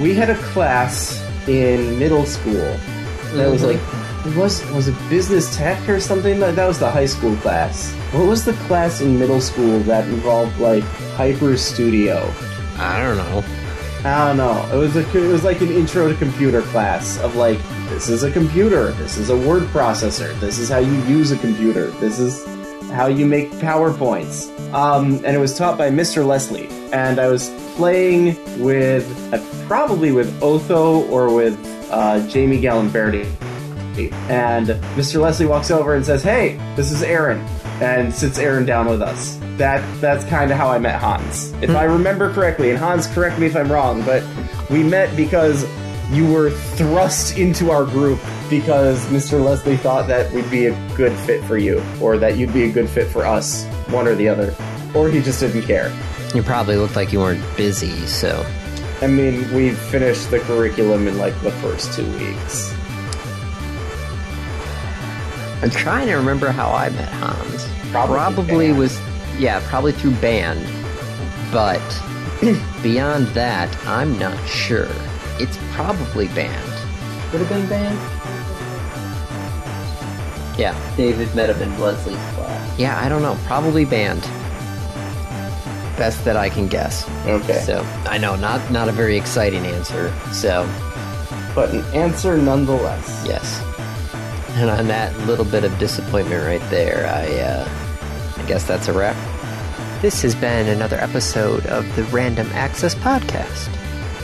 Speaker 2: We had a class in middle school that was like it was was it business tech or something? That that was the high school class. What was the class in middle school that involved like Hyper Studio?
Speaker 1: I don't know.
Speaker 2: I don't know. It was a, it was like an intro to computer class of like this is a computer, this is a word processor, this is how you use a computer, this is how you make powerpoints. Um, and it was taught by Mr. Leslie, and I was playing with uh, probably with Otho or with uh, Jamie Gallimberti. And Mr. Leslie walks over and says, "Hey, this is Aaron," and sits Aaron down with us. That that's kind of how I met Hans, if I remember correctly. And Hans, correct me if I'm wrong, but we met because you were thrust into our group because Mr. Leslie thought that we'd be a good fit for you, or that you'd be a good fit for us, one or the other, or he just didn't care.
Speaker 1: You probably looked like you weren't busy, so
Speaker 2: I mean, we finished the curriculum in like the first two weeks.
Speaker 1: I'm trying to remember how I met Hans.
Speaker 2: Probably band.
Speaker 1: was yeah, probably through band. But beyond that, I'm not sure. It's probably band. Would have been band. Yeah. David met him in Leslie's class. Yeah, I don't know. Probably band. Best that I can guess.
Speaker 2: Okay.
Speaker 1: So I know not not a very exciting answer. So
Speaker 2: but an answer nonetheless.
Speaker 1: Yes. And on that little bit of disappointment right there, I uh, I guess that's a wrap. This has been another episode of the Random Access Podcast.